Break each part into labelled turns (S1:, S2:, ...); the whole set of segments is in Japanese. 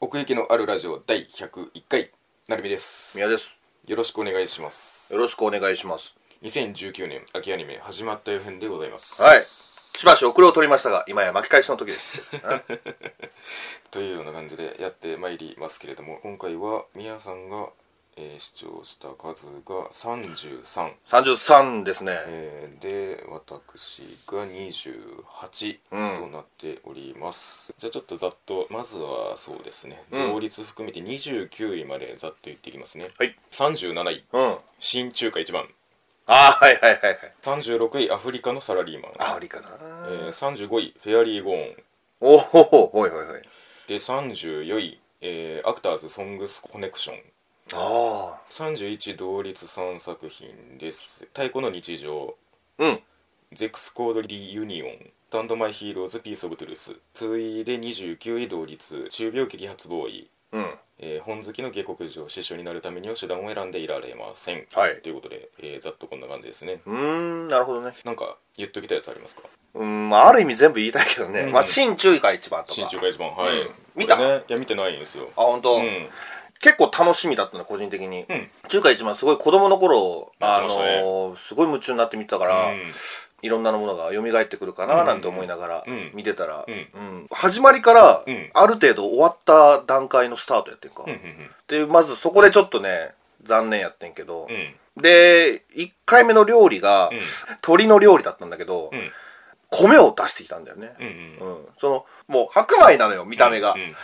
S1: 奥行きのあるラジオ第101回なるみです
S2: 宮です
S1: よろしくお願いします
S2: よろしくお願いします
S1: 2019年秋アニメ始まった予編でございます
S2: はいしばし遅れを取りましたが今や巻き返しの時です
S1: というような感じでやってまいりますけれども今回はみやさんが、えー視聴した数が33、
S2: 33ですね、
S1: えーで私が28
S2: うん
S1: となっております、じゃあちょっとざっとまずはそうですね
S2: うん
S1: 同率含めて29位までざっと言っていきますね、
S2: はい
S1: 37位
S2: うん
S1: 新中華1番
S2: ああーはいはいはいはい
S1: 36位アフリカのサラリーマン
S2: あありかな、
S1: えー35位フェアリーゴーン
S2: おおほほほいほいほい
S1: で34位、えーアクターズ・ソングス・コネクション
S2: ああ
S1: 31同率3作品です「太鼓の日常」
S2: うん
S1: 「ゼックス・コード・リ・ユニオン」「スタンド・マイ・ヒーローズ・ピース・オブ・トゥルース」次いで29位同率中病撃発ボーイ
S2: うん
S1: えー本好きの下克上師匠になるためには手段を選んでいられません、
S2: はい
S1: ということで、えーざっとこんな感じですね
S2: うーんなるほどね
S1: なんか言っときたいやつありますか
S2: うんまあある意味全部言いたいけどね、
S1: うん
S2: まあ新注意が一番とか
S1: 新中華一番はい、
S2: うん見た
S1: これねいや見てないんですよ
S2: あ本当、
S1: うん
S2: 結構楽しみだったの個人的に、
S1: うん
S2: 中華一番すごい子供の頃
S1: やってま
S2: あの
S1: したね
S2: ーすごい夢中になって見てたから、
S1: うん
S2: いろんなものが蘇ってくるかななんて思いながら
S1: うん
S2: 見てたら、
S1: うん
S2: うん始まりから
S1: うん
S2: ある程度終わった段階のスタートやってんか、
S1: うんうん
S2: でまずそこでちょっとね残念やってんけど
S1: う、ん
S2: で1回目の料理が、
S1: うん
S2: 鶏の料理だったんだけど、
S1: うん
S2: 米を出してきたんだよね、
S1: うんうん
S2: うんそのもう白米なのよ見た目が、
S1: うん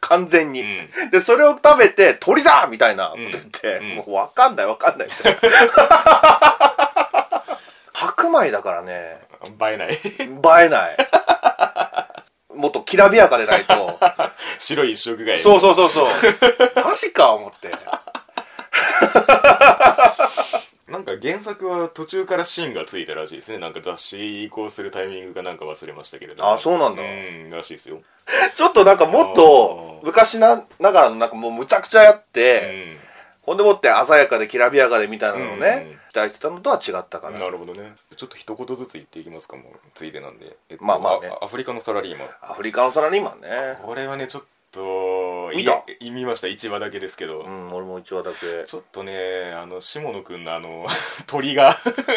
S2: 完全に、
S1: うん
S2: でそれを食べて鳥だみたいなこと言って、
S1: うんうん
S2: もう分かんない分かんないみ たいな白米だからね
S1: 映え ない
S2: 映えない。もっときらびやかでないと。
S1: 白い食害
S2: そうそうそ うそう。マジか、思って。
S1: なんか原作は途中から芯がついたらしいですねなんか雑誌移行するタイミングがなんか忘れましたけれども
S2: あそうなんだ
S1: うんらしいですよ
S2: ちょっとなんかもっと
S1: あー
S2: 昔なながらのなんかもうむちゃくちゃやっ
S1: う
S2: て、
S1: ん
S2: ほんでもって鮮やかできらびやかでみたいなのをね、
S1: うん
S2: 期待してたのとは違ったから。
S1: なるほどねちょっと一言ずつ言っていきますかもうついでなんで、えっと
S2: まあまあね
S1: アフリカのサラリーマン
S2: アフリカのサラリーマンね。
S1: これはねちょっと
S2: 見た
S1: い見ました1話だけですけど、
S2: うん、俺も一話だけ。
S1: ちょっとねあの下野くんのあの 鳥が受け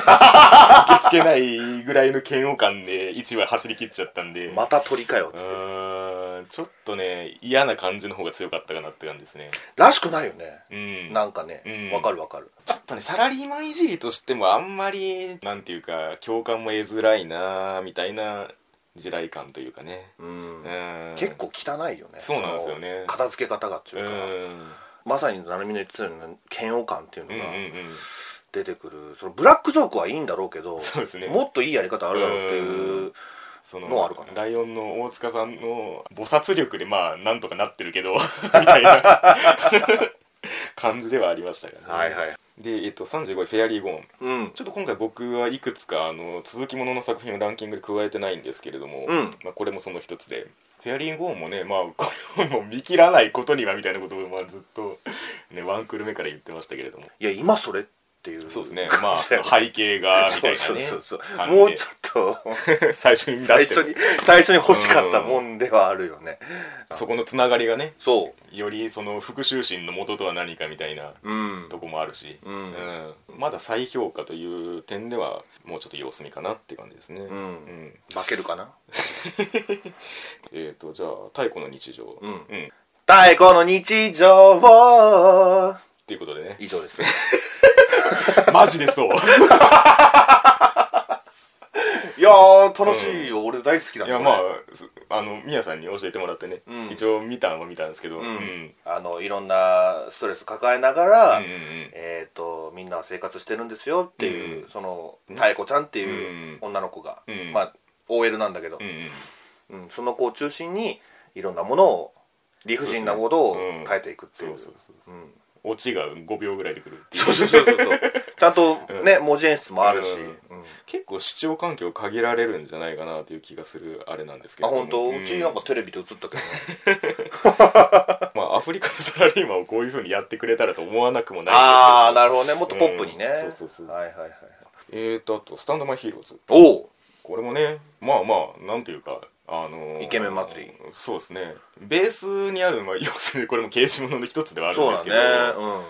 S1: 付けないぐらいの嫌悪感で1話走り切っちゃったんで、
S2: また鳥かよ、
S1: う
S2: つって。
S1: ーんちょっとね嫌な感じの方が強かったかなって感じですね
S2: らしくないよね。
S1: うん
S2: なんかね
S1: うん、
S2: わかるわかる。
S1: ちょっとねサラリーマンいじりとしてもあんまりなんていうか共感も得づらいなみたいな地雷感というかね
S2: うん
S1: う。ーん
S2: 結構汚いよね。
S1: そうなんですよね
S2: その片付け方がって
S1: う
S2: いうか。
S1: ーん
S2: まさに成美の言ってたような嫌悪感っていう
S1: う
S2: の
S1: んうん
S2: が
S1: うん
S2: 出てくる、そのブラックジョークはいいんだろうけど
S1: そうですね
S2: もっといいやり方あるだろうっていう
S1: うんその
S2: のはあるかな
S1: ライオンの大塚さんの菩薩力でまあなんとかなってるけ どみたいな感じではありましたがね、
S2: はいはい
S1: で、えっと、35位フェアリーゴーン
S2: うん
S1: ちょっと今回僕はいくつかあの続きものの作品をランキングで加えてないんですけれども、
S2: うん
S1: まあ、これもその一つでフェアリーゴーンもねまあこれをもう見切らないことにはみたいなことをまあずっと、ね、ワンクール目から言ってましたけれども
S2: いや今それっていう
S1: そうですねまあ
S2: そう
S1: 背景がみた
S2: そ
S1: いうな
S2: そう
S1: ね
S2: そうそう
S1: 感じで
S2: もうちょっと
S1: 最初に出
S2: 最
S1: して
S2: 初
S1: る
S2: に最初に欲しかったもんではあるよね
S1: そこのつながりがね
S2: そ
S1: よりその復讐心の元とは何かみたいな
S2: ううん
S1: とこもあるし、
S2: うん
S1: うんまだ再評価という点ではもうちょっと様子見かなって感じですね、
S2: うん化けるかな
S1: えっ、とじゃあ「太古の日常」
S2: うん
S1: っ
S2: 太鼓の日常を
S1: ていうことでね
S2: 以 上です
S1: マジで そう
S2: いやー楽しいよ、俺大好きだ
S1: いやまあ
S2: これ
S1: すあのみやさんに教えてもらってね、
S2: うん
S1: 一応見たんは見たんですけど、
S2: う
S1: うん
S2: ん、あのいろんなストレス抱えながら、
S1: うんうん
S2: えー、とみんな生活してるんですよっていう、
S1: うん
S2: その妙子ちゃんっていう
S1: うん
S2: 女の子が、
S1: うん
S2: まあ OL なんだけど
S1: う、んうん
S2: うんその子を中心にいろんなものを理不尽なものを変えていくって
S1: そ
S2: い
S1: ううそうそうそう
S2: うん
S1: オチが5秒ぐらいでくるっていう
S2: そうそうそうそう ちゃんとね、文字演出もあるし、
S1: うん
S2: うん
S1: 結構視聴環境限られるんじゃないかなという気がするあれなんですけ
S2: あ
S1: れども
S2: 本当、
S1: う
S2: うちなんかテレビで映ったけどね
S1: まあ、アフリカのサラリーマンをこういうふうにやってくれたらと思わなくもないんですけど
S2: ああなるほどねもっとポップにね、
S1: うんそうそうそう
S2: はいはいはい
S1: えーとあと「スタンド・マイ・ヒーローズ
S2: おお」
S1: これもねまあまあなんていうかあのー
S2: イケメン祭り
S1: そうですねベースにある、まあ、要するにこれも刑事物の一つではあるん
S2: そう
S1: ですけ
S2: だね
S1: ど、
S2: うん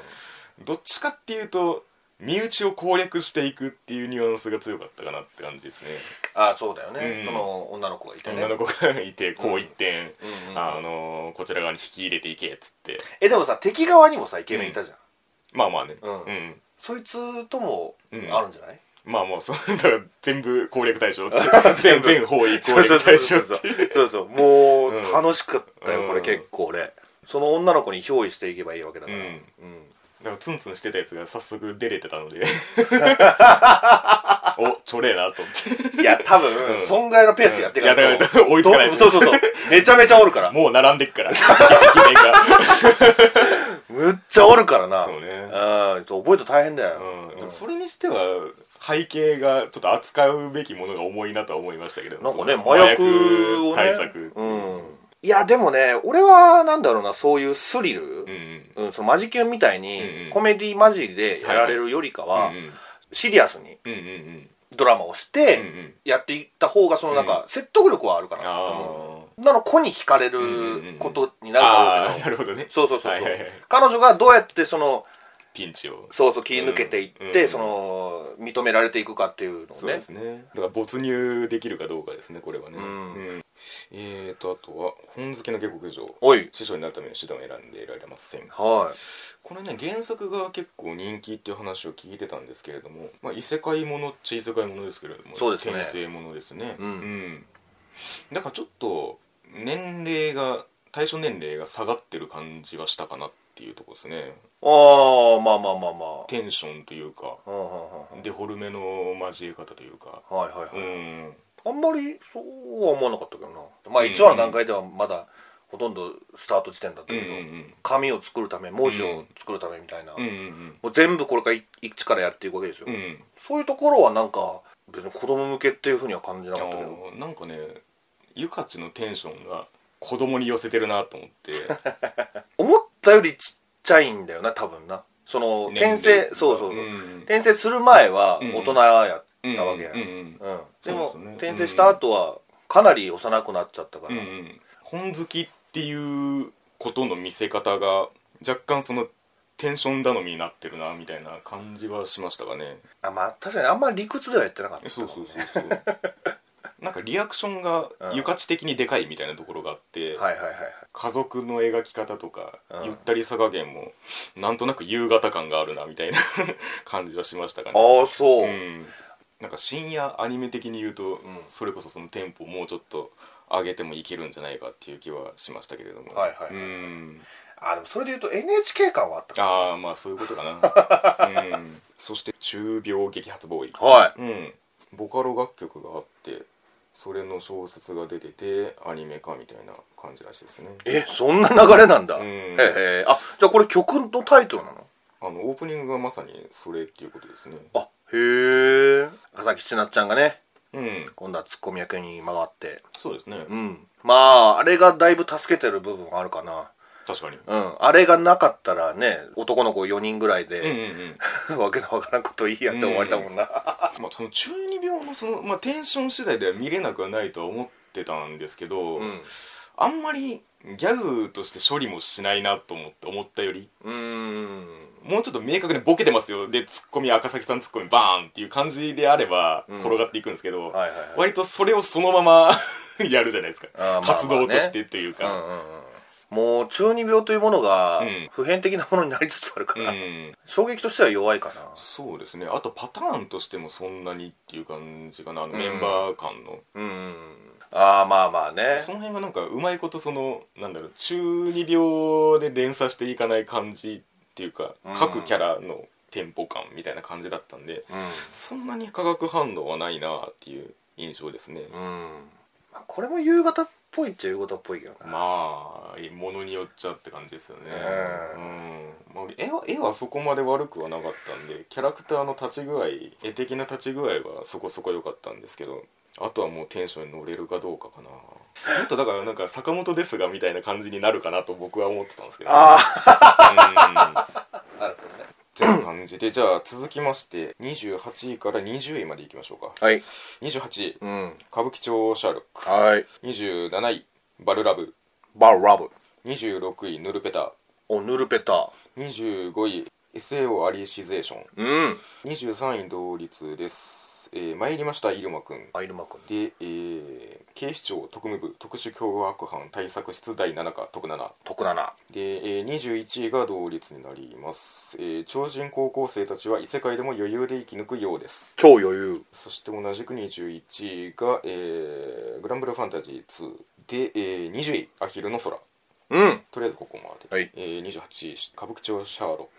S1: どっちかっていうと身内を攻略していくっていうニュアンスが強かったかなって感じですね
S2: あそうだよね、
S1: うん
S2: その女の子がいてね
S1: 女の子がいてこう一点、
S2: うんうん
S1: あのーこちら側に引き入れていけっつって
S2: えでもさ敵側にもさイケメンいたじゃん、
S1: まあまあね
S2: うんそいつとも
S1: うん
S2: あるんじゃない、
S1: まあもうそうだから全部攻略対象っていう全全方位攻略対象っていう
S2: そうそうも
S1: うん
S2: う楽しかったよ、こ
S1: う
S2: れ
S1: ん
S2: 結構俺その女の子に憑依していけばいいわけだから、
S1: う
S2: うんん
S1: だからツンツンしてたやつが早速出れてたのでおちょれえなと思って
S2: いや多分、
S1: うん
S2: 損害のペースでやっていか
S1: いやだから追いつかない
S2: どそうそうそうめちゃめちゃおるから
S1: もう並んでっからイケメンが
S2: むっちゃおるからな
S1: そうね
S2: うん覚えると大変だよ、
S1: うん、で
S2: う
S1: も
S2: ん
S1: それにしては背景がちょっと扱うべきものが重いなとは思いましたけど
S2: なんか
S1: そ
S2: ね
S1: の
S2: 麻薬をね
S1: 対策
S2: うんいやでもね俺はなんだろうなそういうスリル、
S1: うんうん
S2: うん、そのマジキュンみたいに、
S1: うんうん
S2: コメディマジでやられるよりかは、
S1: うんうん
S2: シリアスに
S1: うんうん
S2: ドラマをし
S1: うんうんう
S2: て
S1: ん
S2: やっていった方がそのなんか説得力はあるかな、
S1: あ
S2: うんなの子に惹かれ
S1: うんうんう
S2: る
S1: ん
S2: ことに
S1: あ
S2: なるだろ
S1: あ
S2: うけ
S1: ーな
S2: ど、
S1: るほどね
S2: そうそうそうそう、
S1: はいはいはい
S2: 彼女がどうやってその
S1: ピンチを
S2: そうそう切り抜けていって、
S1: うんうん
S2: その認められていくかっていうのを
S1: そう
S2: ね
S1: ですねだから没入できるかどうかですねこれはね、
S2: うん
S1: んえーとあとは本好きの下克上
S2: おい
S1: 師匠になるための手段を選んでいられません
S2: はい
S1: これね原作が結構人気っていう話を聞いてたんですけれども、まあ、異世界ものっちゃ異世界ものですけれども
S2: そうですね
S1: 転生ものですね
S2: うん
S1: んだからちょっと年齢が対象年齢が下がってる感じはしたかなっていうところですね
S2: ああまあまあまあまあ
S1: テンションというか
S2: うんうんうんうん
S1: デフォルメの交え方というか
S2: はいはいはい、
S1: うん
S2: あんまりそうは思わなかったけどなまあ1話の段階ではまだほとんどスタート地点だった
S1: うんう
S2: け
S1: ん
S2: ど、
S1: うん
S2: 紙を作るため文字を作るためみたいな、
S1: うんうん
S2: もう全部これからい一からやっていくわけですよ、
S1: うんうん
S2: そういうところはなんか別に子供向けっていうふうには感じなかったけど
S1: あーなんかねゆかちのテンションが子供に寄せてるなと思って
S2: 思ったよりちっちゃいんだよな多分なその
S1: 年齢
S2: 転生そうそうそう、
S1: ん
S2: 転生する前は
S1: うん
S2: 大人やったわけや、
S1: うんうん
S2: うんでも
S1: そうですね
S2: 転生した後はかなり幼くなっちゃったか
S1: う
S2: ら、
S1: んうん本好きっていうことの見せ方が若干そのテンション頼みになってるなみたいな感じはしましたかね
S2: あまあ確かにあんまり理屈ではやってなかったかもね
S1: そうそうそうそうなんかリアクションが
S2: うん
S1: ゆかち的にでかいみたいなところがあって、
S2: はいはいはいはい
S1: 家族の描き方とか、
S2: うん
S1: ゆったりさ加減もなんとなく夕方感があるなみ たいな感じはしましたかね
S2: ああそう、
S1: うん、なんか深夜アニメ的に言うと、
S2: ん
S1: それこそそのテンポをもうちょっと上げてもいけるんじゃないかっていう気はしましたけれども
S2: はいはいはい
S1: うん
S2: あでもそれでいうと NHK 感はあったか
S1: ああまあそういうことかな、 うん、そして中病激発ボーイ、
S2: は
S1: うん、ボカロ楽曲があってそれの小説が出ててアニメ化みたいな感じらしいですね
S2: えそんな流れなんだ、
S1: ん
S2: へえあじゃあこれ曲のタイトルなの
S1: あのオープニングがまさにそれっていうことですね
S2: あへえ浅木千夏ちゃんがね
S1: うん
S2: 今度はツッコミ役に回って
S1: そうですね、
S2: うんまああれがだいぶ助けてる部分あるかな
S1: 確かに
S2: うんあれがなかったらね男の子4人ぐらい
S1: うんうん
S2: で、
S1: うん
S2: わけのわからんこと言いやって終わりだもんな、
S1: まあ、その中二病のその、まあ、テンション次第では見れなくはないとは思ってたんですけど、
S2: うん
S1: あんまりギャグとして処理もしないなと思って思ったより
S2: うーん
S1: もうちょっと明確にボケてますよでツッコミ赤崎さんツッコミバーンっていう感じであれば
S2: うん
S1: 転がっていくんですけど、
S2: はいはいはい
S1: 割とそれをそのまま やるじゃないですか、
S2: あーまあまあね
S1: 活動としてという
S2: うんう
S1: か、
S2: んうんもう中二病というものが
S1: うん
S2: 普遍的なものになりつつあるか
S1: うん
S2: ら、衝撃としては弱いかな
S1: そうですねあとパターンとしてもそんなにっていう感じかなあの
S2: うん
S1: メンバー間の、
S2: うんああまあまあね
S1: その辺がなんかうまいことそのなんだろう中二病で連鎖していかない感じっていうか、
S2: うん
S1: 各キャラのテンポ感みたいな感じだったんでそんなに化学反応はないなっていう印象ですね、
S2: うん、まあ、これも夕方っぽいっちゃ夕方っぽいけどな、
S1: まあものによっちゃって感じですよね
S2: う
S1: うん、まあ、絵は絵はそこまで悪くはなかったんでキャラクターの立ち具合絵的な立ち具合はそこそこ良かったんですけどあとはもうテンションに乗れるかどうかかなもっとだからなんか坂本ですがみたいな感じになるかなと僕は思ってたんですけど
S2: ああ
S1: うん
S2: なるほどね
S1: てな感じでじゃあ続きまして28位から20位までいきましょうか
S2: はい
S1: 28位
S2: うん
S1: 歌舞伎町シャーロック
S2: はい
S1: 27位バルラブ
S2: バルラブ
S1: 26位ヌルペタ
S2: おヌルペタ
S1: 25位 SAO アリシゼーション
S2: うん
S1: 23位同率です、えー参りました入間くん
S2: アイルマ君
S1: で、えー警視庁特務部特殊凶悪犯対策室第7課特7
S2: 徳七
S1: で、えー21位が同率になります、えー超人高校生たちは異世界でも余裕で生き抜くようです
S2: 超余裕
S1: そして同じく21位が、えーグランブルーファンタジー2で、えー20位アヒルの空
S2: うん
S1: とりあえずここまで、
S2: はい
S1: えー28位歌舞伎町シャーロ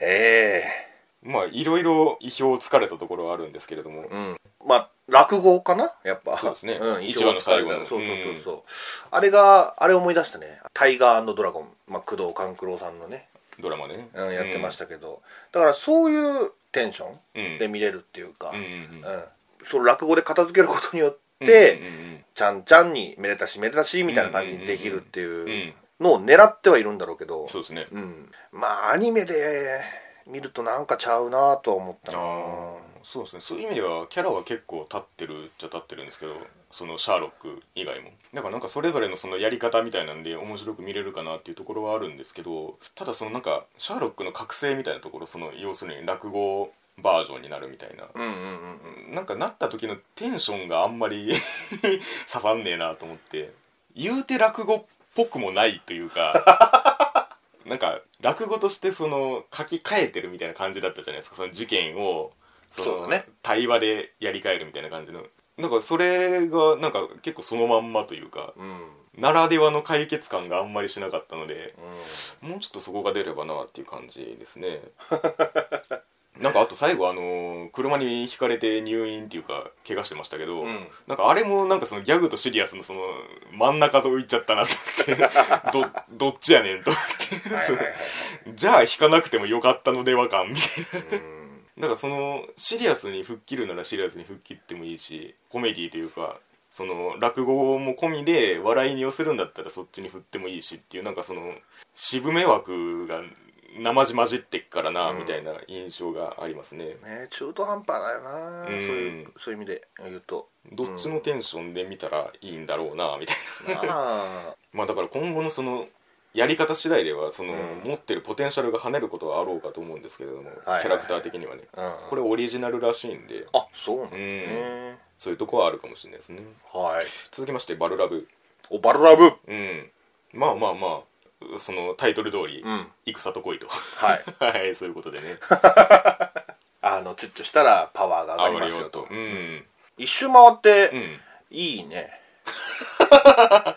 S2: へ
S1: ックまあいろいろ意表をつかれたところはあるんですけれども、
S2: えうんまあ落語かなやっぱ
S1: そうですね
S2: うん、
S1: 一話の最後の
S2: そうそうそうそう、あれがあれ思い出したね「タイガードラゴン」まあ、工藤官九郎さんのね、
S1: ドラマでね、
S2: うん、やってましたたけど、だからそういうテンション
S1: うん
S2: で見れるっていうか、
S1: うんうんうん
S2: うんその落語で片付けることによって、
S1: うんうんうん
S2: ちゃんちゃんにめでたしめでたしみたいな感じにできるって
S1: うんう
S2: い
S1: ん
S2: うのを狙ってはいるんだろうけど、
S1: そうですね
S2: うん、まあアニメで見るとなんかちゃうなとは思ったな
S1: ああそうですねそういう意味ではキャラは結構立ってるっちゃ立ってるんですけどそのシャーロック以外もだからなんかそれぞれのそのやり方みたいなんで面白く見れるかなっていうところはあるんですけどただそのなんかシャーロックの覚醒みたいなところその要するに落語バージョンになるみたいな、
S2: うんうんうん
S1: なんかなった時のテンションがあんまり 刺さんねえなと思って言うて落語っぽくもないというか なんか落語としてその書き換えてるみたいな感じだったじゃないですかその事件をその
S2: そうだね
S1: 対話でやり替えるみたいな感じのなんかそれがなんか結構そのまんまというか
S2: うん
S1: ならではの解決感があんまりしなかったので
S2: うん
S1: もうちょっとそこが出ればなっていう感じですね なんかあと最後あのー車にひかれて入院っていうか怪我してましたけど、
S2: うん
S1: なんかあれもなんかそのギャグとシリアスのその真ん中と浮いちゃったなと 思ってどどっちやねんと思って
S2: はいはいはい
S1: じゃあ引かなくてもよかったのでは感みたいな
S2: うん
S1: だからそのシリアスに吹っ切るならシリアスに吹っ切ってもいいしコメディというかその落語も込みで笑いに寄せるんだったらそっちに振ってもいいしっていうなんかその渋め枠が生じ混じってっからな
S2: うん
S1: みたいな印象がありますね、
S2: ね、中途半端だよな、
S1: ん
S2: そういうそういう意味で言う と
S1: どっちのテンションで見たらいいんだろうなみたいな
S2: まあ
S1: まあだから今後のそのやり方次第ではその
S2: うん
S1: 持ってるポテンシャルが跳ねることはあろうかと思うんですけれどもキ
S2: いはい
S1: ャラクター的にはね
S2: うん
S1: これオリジナルらしいんで
S2: あそうなんだ
S1: うん
S2: ね
S1: そういうとこはあるかもしれないですね
S2: はい
S1: 続きましてバルラブ
S2: おバルラブ
S1: うんまあまあまあそのタイトル通り、
S2: うん
S1: 戦と恋と
S2: はい
S1: はいそういうことで ね
S2: あのチュッチュしたらパワーが上がりますよと
S1: うん、
S2: 一周回って、
S1: うん、
S2: いいね
S1: あ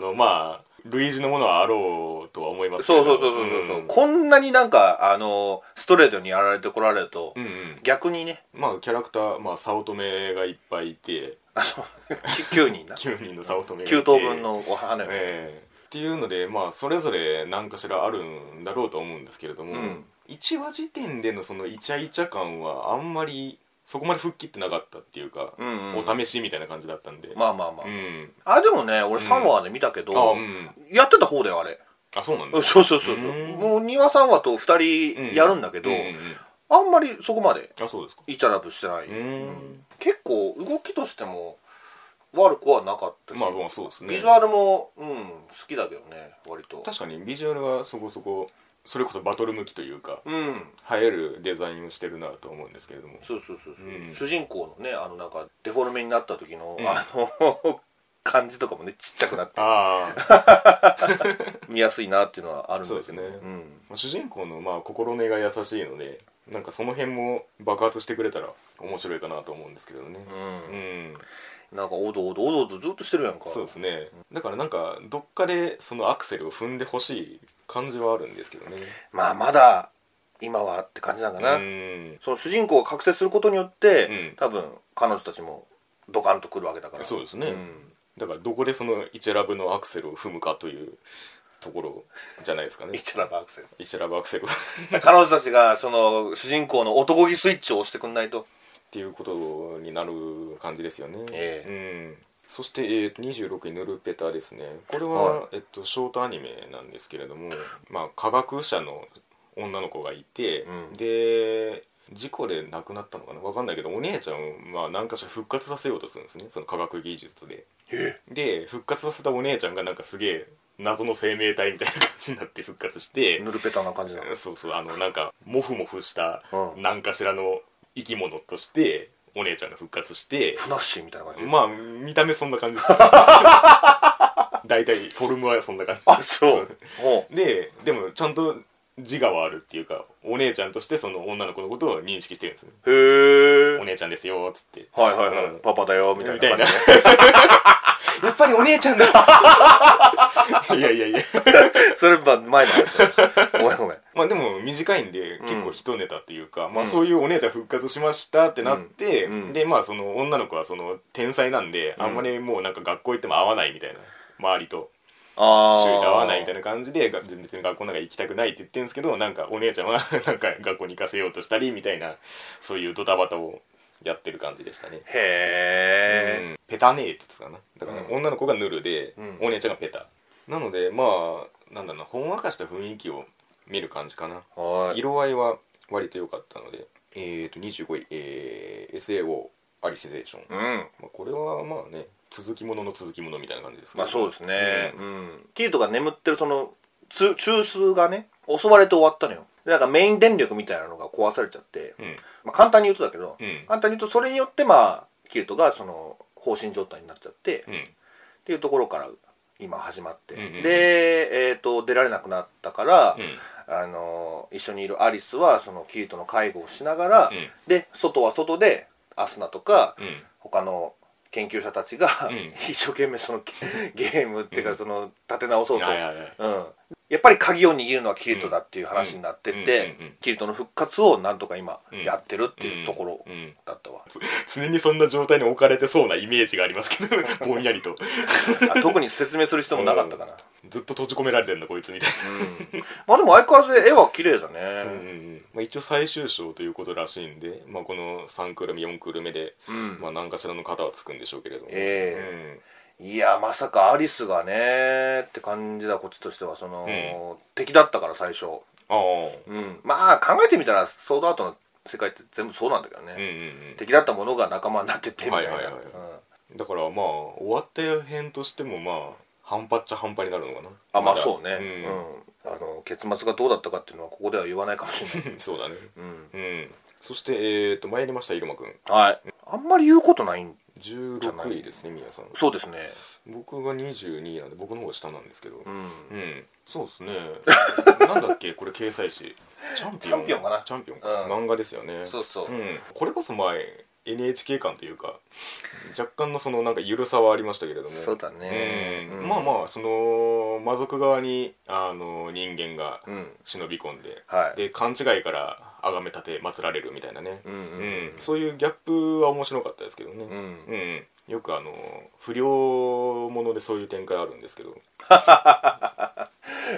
S1: のまあ類似のものはあろうとは思いますけ
S2: そ
S1: ど
S2: うそうそうそうそう、
S1: ん
S2: こんなになんかあのストレートにやられてこられると、
S1: うんうん
S2: 逆にね
S1: まあキャラクターまあ早乙女がいっぱいいて
S2: あの 9人 な
S1: 9人の早乙女がいて
S2: 9等分のお花よ、
S1: ええっていうのでまあそれぞれ何かしらあるんだろうと思うんですけれども、
S2: うん
S1: 1話時点でのそのイチャイチャ感はあんまりそこまで吹っ切ってなかったっていうか、
S2: うんうん
S1: お試しみたいな感じだったんで、
S2: まあまあまあ、
S1: うん
S2: あでもね俺3話で見たけ
S1: ああ
S2: ど、
S1: うん
S2: やってた方だよあれ
S1: あそうなんだ
S2: そうそうそうそう
S1: うん
S2: もう2話3話と2
S1: うん
S2: 人やるんだけど、
S1: ううん
S2: あんまりそこまで
S1: あそうですか
S2: イチャラブしてない、
S1: うん
S2: 結構動きとしても悪くはなかったし、
S1: まあまあそうですね
S2: ビジュアルも、うん、好きだけどね割と
S1: 確かにビジュアルはそこそこそれこそバトル向きというか
S2: うん
S1: 映えるデザインをしてるなと思うんですけれども
S2: そうそうそうそう、
S1: うん
S2: 主人公のねあのなんかデフォルメになった時の、
S1: うん
S2: あの 感じとかもねちっちゃく なって
S1: ああ
S2: 見やすいなっていうのはあるんだけど
S1: そうですね
S2: ん、
S1: まあ主人公のまあ心根が優しいのでなんかその辺も爆発してくれたら面白いかなと思うんですけどね
S2: うん
S1: うん
S2: なんかおどおどおどおどずっとしてるやんか
S1: そうですねだからなんかどっかでそのアクセルを踏んでほしい感じはあるんですけどね
S2: まあまだ今はって感じなんだな、
S1: うん
S2: その主人公が覚醒することによって、
S1: うん
S2: 多分彼女たちもドカンとくるわけだから
S1: そうですね
S2: ん
S1: だからどこでそのイチャラブのアクセルを踏むかというところじゃないですか ね
S2: イチャラバアクセル
S1: イチャラブアクセルっ
S2: 彼女たちがその主人公の男気スイッチを押してくんないと
S1: ていうことになる感じですよね、
S2: え
S1: うんそして、えーと26位「ヌルペタ」ですねこれは、
S2: は
S1: えっと、ショートアニメなんですけれども、まあ、科学者の女の子がいて、
S2: うん
S1: で事故で亡くなったのかな分かんないけどお姉ちゃんをまあ何かしら復活させようとするんですねその科学技術で
S2: え
S1: で復活させたお姉ちゃんがなんかすげえ謎の生命体みたいな感じになって復活して
S2: ぬるぺたな感じなの
S1: そうそうあのなんかモフモフした
S2: うん
S1: 何かしらの生き物としてお姉ちゃんが復活して
S2: フナッシーみたいな感じ、
S1: まあ見た目そんな感じ です大体フォルムはそんな感じ
S2: あそうおう
S1: ででもちゃんと自我はあるっていうかお姉ちゃんとしてその女の子のことを認識してるんですね
S2: へえ
S1: お姉ちゃんですよーっつって
S2: はいはいはい、
S1: うん
S2: パパだよみたい
S1: み
S2: な
S1: たい
S2: 感じ
S1: な やっぱりお姉ちゃ んだいやいやいや
S2: それまあ前の話だごめんごめん
S1: まあでも短いんで結構一ネタっていうか、まあ
S2: うん
S1: そういうお姉ちゃん復活しましたってなって、
S2: うんうん
S1: でまあその女の子はその天才なんで、あんまりもうなんか学校行っても合わないみたいな周りと
S2: ああ
S1: 周囲と合わないみたいな感じでが別に学校なんか行きたくないって言ってるんですけどなんかお姉ちゃんは なんか学校に行かせようとしたりみたいなそういうドタバタをやってる感じでしたね。
S2: へえ、
S1: うんペタねえって言ってたかなだから、
S2: う
S1: 女の子がヌルで、
S2: うん
S1: お姉ちゃんがペタなのでまあなんだろうなほんわかした雰囲気を見る感じかな
S2: はい
S1: 色合いは割と良かったのでえー、と25位、えー SAO アリシゼーション、
S2: うん
S1: まあ、これはまあね続きものの続きものみたいな感じですけど
S2: まあそうですね
S1: う
S2: うんん、キリトが眠ってるそのつ中枢がね襲われて終わったのよでなんかメイン電力みたいなのが壊されちゃって、
S1: うん
S2: まあ、簡単に言うとだけど、
S1: うん
S2: 簡単に言うとそれによってまあキリトがその放心状態になっちゃって、
S1: うん
S2: っていうところから今始まって、
S1: うんうんうん
S2: で、えー、と出られなくなったから、
S1: うん
S2: あの一緒にいるアリスはそのキリトの介護をしながら、
S1: うん
S2: で外は外でアスナとか、
S1: うん
S2: 他の研究者たちが、
S1: ん
S2: 一生懸命その ゲームっていうかその立て直そうと、
S1: はいはいはい
S2: うん、やっぱり鍵を握るのはキリトだっていう話になってって、
S1: うんうんうん
S2: キリトの復活をなんとか今
S1: うん
S2: やってるっていうところ
S1: うんうん
S2: だったわ、
S1: 常にそんな状態に置かれてそうなイメージがありますけ どぼんやりと
S2: あ特に説明する必要もなかったかな、
S1: ずっと閉じ込められてるんだこいつみたい
S2: うんまあでも相変わらず絵は綺麗
S1: な、
S2: だ
S1: うんうん
S2: ね
S1: うんまあ、一応最終章ということらしいんで、まあ、この3クール目4クール目で、
S2: うん
S1: まあ、何かしらの型はつくんでしょうけれども、
S2: えいやまさかアリスがねって感じだこっちとしてはその、敵だったから最初、
S1: うん、ああ
S2: うん、まあ考えてみたらソードアートの世界って全部そうなんだけどね、
S1: うんうんうん
S2: 敵だったものが仲間になってってみたいな、
S1: はいはいはい
S2: うん
S1: だからまあ終わった編としてもまあ半端っちゃ半端になるのかな
S2: あまあ
S1: だ
S2: そうね、うんあの結末がどうだったかっていうのはここでは言わないかもしれない、
S1: うん そうだね
S2: うん、
S1: うんそしてえー、と参りました入間くん
S2: はいあんまり言うことないん
S1: 16位ですね宮さん
S2: そうですね
S1: 僕が22位なんで僕の方が下なんですけどう、
S2: うんん
S1: そうですね なんだっけこれ掲載誌チャンピオン
S2: チャンピオンかな
S1: チャンピオン
S2: うん
S1: 漫画ですよね
S2: そうそう、
S1: ん、これこそ前 NHK 感というか若干のそのなんか緩さはありましたけれども
S2: そうだね、
S1: うん
S2: うん
S1: まあまあその魔族側にあの人間が
S2: うん
S1: 忍び込んで、
S2: はい
S1: で勘違いから崇め立て祀られるみたいなね、
S2: うんうん
S1: うんそういうギャップは面白かったですけどね、
S2: うん
S1: うんうんよくあの不良ものでそういう展開あるんですけど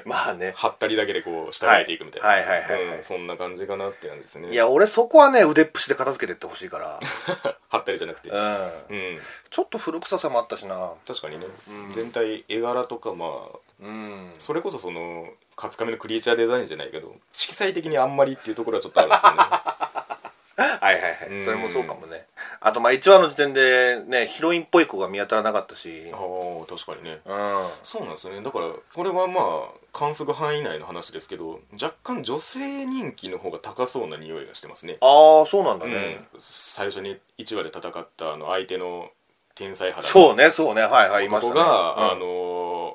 S2: まあね
S1: はったりだけでこう従えていくみたいな、
S2: はいはいはいはいはい
S1: うんそんな感じかなって感じですね
S2: いや俺そこはね腕っぷしで片付けてってほしい か
S1: はったりじゃなくて、
S2: ら、う、
S1: うんん、
S2: ちょっと古臭さもあったしな
S1: 確かにね、
S2: うん
S1: 全体絵柄とかまあ
S2: うん
S1: それこそそのカツカメのクリーチャーデザインじゃないけど色彩的にあんまりっていうところはちょっとあるん ですよね
S2: はいはいは
S1: うん
S2: いそれもそうかもねあとまあ1話の時点でねヒロインっぽい子が見当たらなかったしうん
S1: ああ確かにね
S2: あ
S1: そうなんですよねだからこれはまあ観測範囲内の話ですけど若干女性人気の方が高そうな匂いがしてますね、
S2: あーそうなんだ
S1: うん
S2: ね、
S1: 最初に1話で戦ったあの相手の天才肌の
S2: そうねそうねはいはいいまし
S1: 男
S2: た
S1: が、あ
S2: ね
S1: の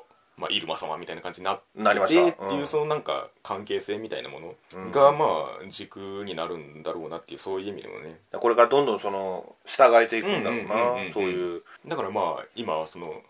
S1: ーまあ、イルマ様みたいな感じになってて
S2: なりました
S1: っていううんそのなんか関係性みたいなもの
S2: う
S1: が
S2: ん
S1: まあ軸になるんだろうなっていうそういう意味でもね
S2: うんこれからどんどんその従えていくんだろう
S1: うんうんうんうんうん
S2: なそういう
S1: だからまあ今はその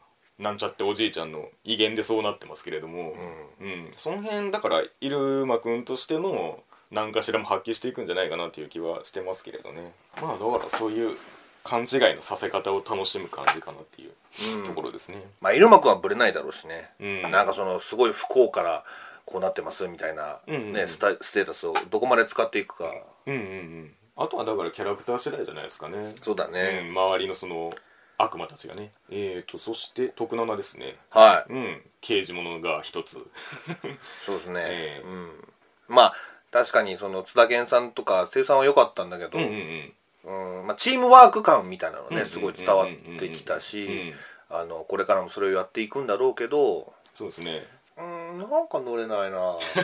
S1: なんちゃっておじいちゃんの威厳でそうなってますけれども、うんその辺だから入間君としての何かしらも発揮していくんじゃないかなっていう気はしてますけれどねまあだからそういう勘違いのさせ方を楽しむ感じかなっていう
S2: うん
S1: ところですね、
S2: まあ入間君はぶれないだろうしね
S1: うん
S2: なんかそのすごい不幸からこうなってますみたいな
S1: うんうん
S2: ねスタステータスをどこまで使っていくか
S1: うん、うんうんあとはだからキャラクター次第じゃないですかね
S2: そうだ
S1: う
S2: ね
S1: ん、周りのその悪魔たちがねえーとそして徳七ですね
S2: はい
S1: うん刑事物が一つ
S2: そうですね、
S1: ええ
S2: うんまあ確かにその津田健さんとか生産は良かったんだけど、
S1: うんうんうん
S2: うんまあ、チームワーク感みたいなの
S1: うんうん
S2: ねすごい伝わってきた
S1: う
S2: し
S1: ん
S2: あのこれからもそれをやっていくんだろうけど
S1: そうですね
S2: うんなんか乗れないな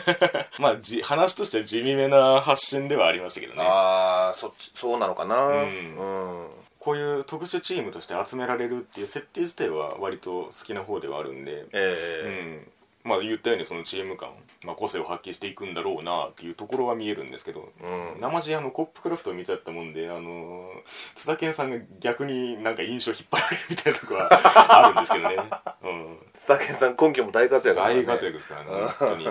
S1: まあじ話としては地味めな発信ではありましたけどね
S2: あーそっちそうなのかな
S1: う
S2: うんん、
S1: こういう特殊チームとして集められるっていう設定自体は割と好きな方ではあるんで、
S2: え
S1: う
S2: え
S1: ん、まあ言ったようにそのチーム感、まあ、個性を発揮していくんだろうなっていうところは見えるんですけど、
S2: うん
S1: なまじあのコップクラフトを見ちゃったもんで、あのー津田健さんが逆になんか印象引っ張られるみたいなとこはあるんですけど ね、うん、
S2: 津田健さん今季も大活躍だからね
S1: 大活躍ですからね本当に。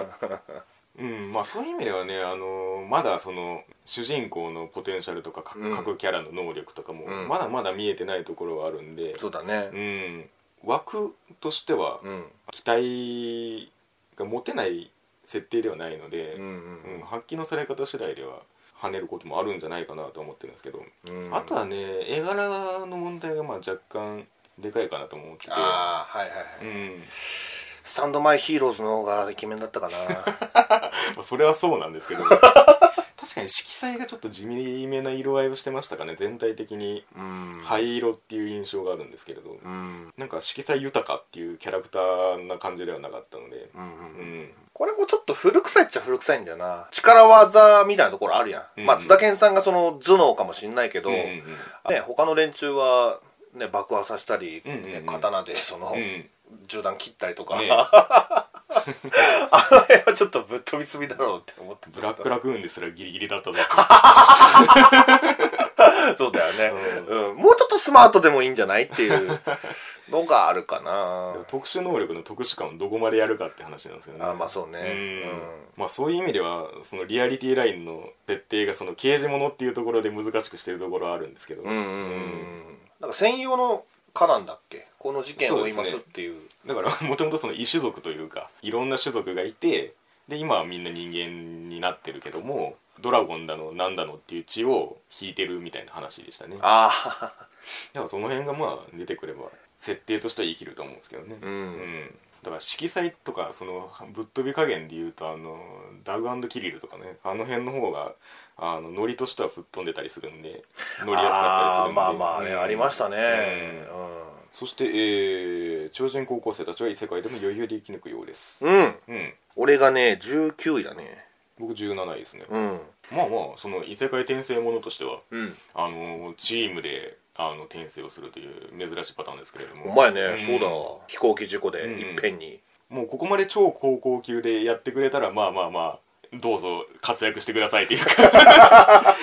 S1: うんまあ、そういう意味ではね、あのーまだその主人公のポテンシャルとか各,、
S2: うん
S1: 各キャラの能力とかも、
S2: うん
S1: まだまだ見えてないところはあるんで、
S2: そうだね
S1: うん、枠としては
S2: うん、うん
S1: 期待が持てない設定ではないので、
S2: うん
S1: うん発揮のされ方次第では跳ねることもあるんじゃないかなとは思ってるんですけど、
S2: うん
S1: あとはね絵柄の問題がまあ若干でかいかなとも思ってて、
S2: ああはいはいはい、
S1: うん
S2: スタンドマイヒーローズの方がイケメンだったかな
S1: まあ、それはそうなんです けど確かに色彩がちょっと地味めな色合いをしてましたかね全体的に
S2: うん
S1: 灰色っていう印象があるんですけれど、
S2: うん
S1: なんか色彩豊かっていうキャラクターな感じではなかったので、
S2: うんうん
S1: うん、
S2: これもちょっと古臭いっちゃ古臭いんだよな力技みたいなところあるやん、
S1: うん
S2: まあ津田健さんがその頭脳かもしんないけど、
S1: うん
S2: ね、他の連中は、ね、爆破させたり、
S1: うんうんうん
S2: ね刀でその、
S1: うんうん
S2: 銃弾切ったりとか、
S1: ね
S2: あの辺 はちょっとぶっ飛びすぎだろうって思って
S1: ブラックラグーンですらギリギリだったぞ
S2: そうだよね、うんもうちょっとスマートでもいいんじゃないっていうのがあるかな
S1: 特殊能力の特殊感をどこまでやるかって話なんですよね
S2: あまあそうね
S1: うん
S2: うん
S1: まあ、そういう意味ではそのリアリティラインの設定がその刑事ものっていうところで難しくしてるところはあるんですけど、
S2: うんうんうんうんなんか専用のカなんだっけこの事件を
S1: そ
S2: 今
S1: うです
S2: す
S1: ね
S2: っていう
S1: だから もともとその異種族というかいろんな種族がいてで今はみんな人間になってるけどもドラゴンだのなんだのっていう血を引いてるみたいな話でしたねだか
S2: ああ
S1: らその辺がまあ出てくれば設定としては生きると思うんですけどね、
S2: うん
S1: だから色彩とかそのぶっ飛び加減でいうとあのダグキリルとかねあの辺の方があのノリとしては吹っ飛んでたりするんで乗りやすかったりするんで
S2: あーまあまあね、
S1: うん
S2: ありましたね
S1: う
S2: う
S1: そして、えー超人高校生たちは異世界でも余裕で生き抜くようです
S2: ん、うん
S1: うん
S2: 俺がね19位だね
S1: 僕17位ですね、
S2: うん
S1: まあまあその異世界転生ものとしては
S2: うん
S1: あのチームであの転生をするという珍しいパターンですけれども
S2: お前ね、
S1: ん
S2: そうだわ飛行機事故で
S1: うんうん
S2: いっぺんに、
S1: もうここまで超高校級でやってくれたらまあまあまあどうぞ活躍してくださいというか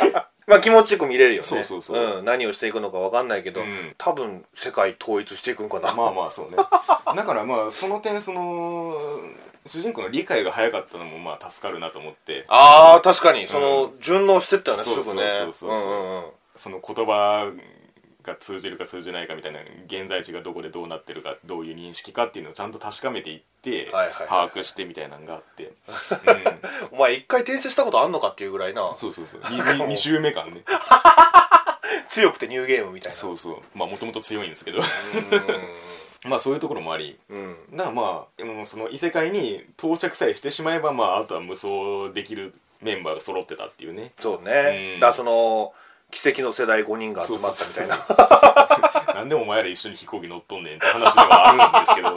S2: まあ気持ちよく見れるよね
S1: そうそうそう
S2: うん、何をしていくのか分かんないけど、
S1: うん
S2: 多分世界統一していくんかな、
S1: まあまあそうねだからまあその点その主人公の理解が早かったのもまあ助かるなと思って
S2: ああ確かにその、順応してったよねす
S1: そう
S2: ぐね
S1: そうそうそうそうん
S2: んん
S1: その言葉が通じるか通じないかみたいな現在地がどこでどうなってるかどういう認識かっていうのをちゃんと確かめていって、
S2: はいはいはい
S1: 把握してみたいなのがあって、
S2: お前一回転生したことあんのかっていうぐらいな
S1: うん、そうそうそう 2, 週目間ね
S2: 強くてニューゲームみたいな
S1: そうそうまあもともと強いんですけど
S2: う
S1: まあそういうところもあり
S2: んうん
S1: だからまあもうその異世界に到着さえしてしまえばまああとは無双できるメンバーが揃ってたっていうね
S2: そうね、
S1: うん
S2: だからその奇跡の世代5人が集まったみたいな
S1: そうそう そうなんでお前ら一緒に飛行機乗っとんねんって話ではあるんですけど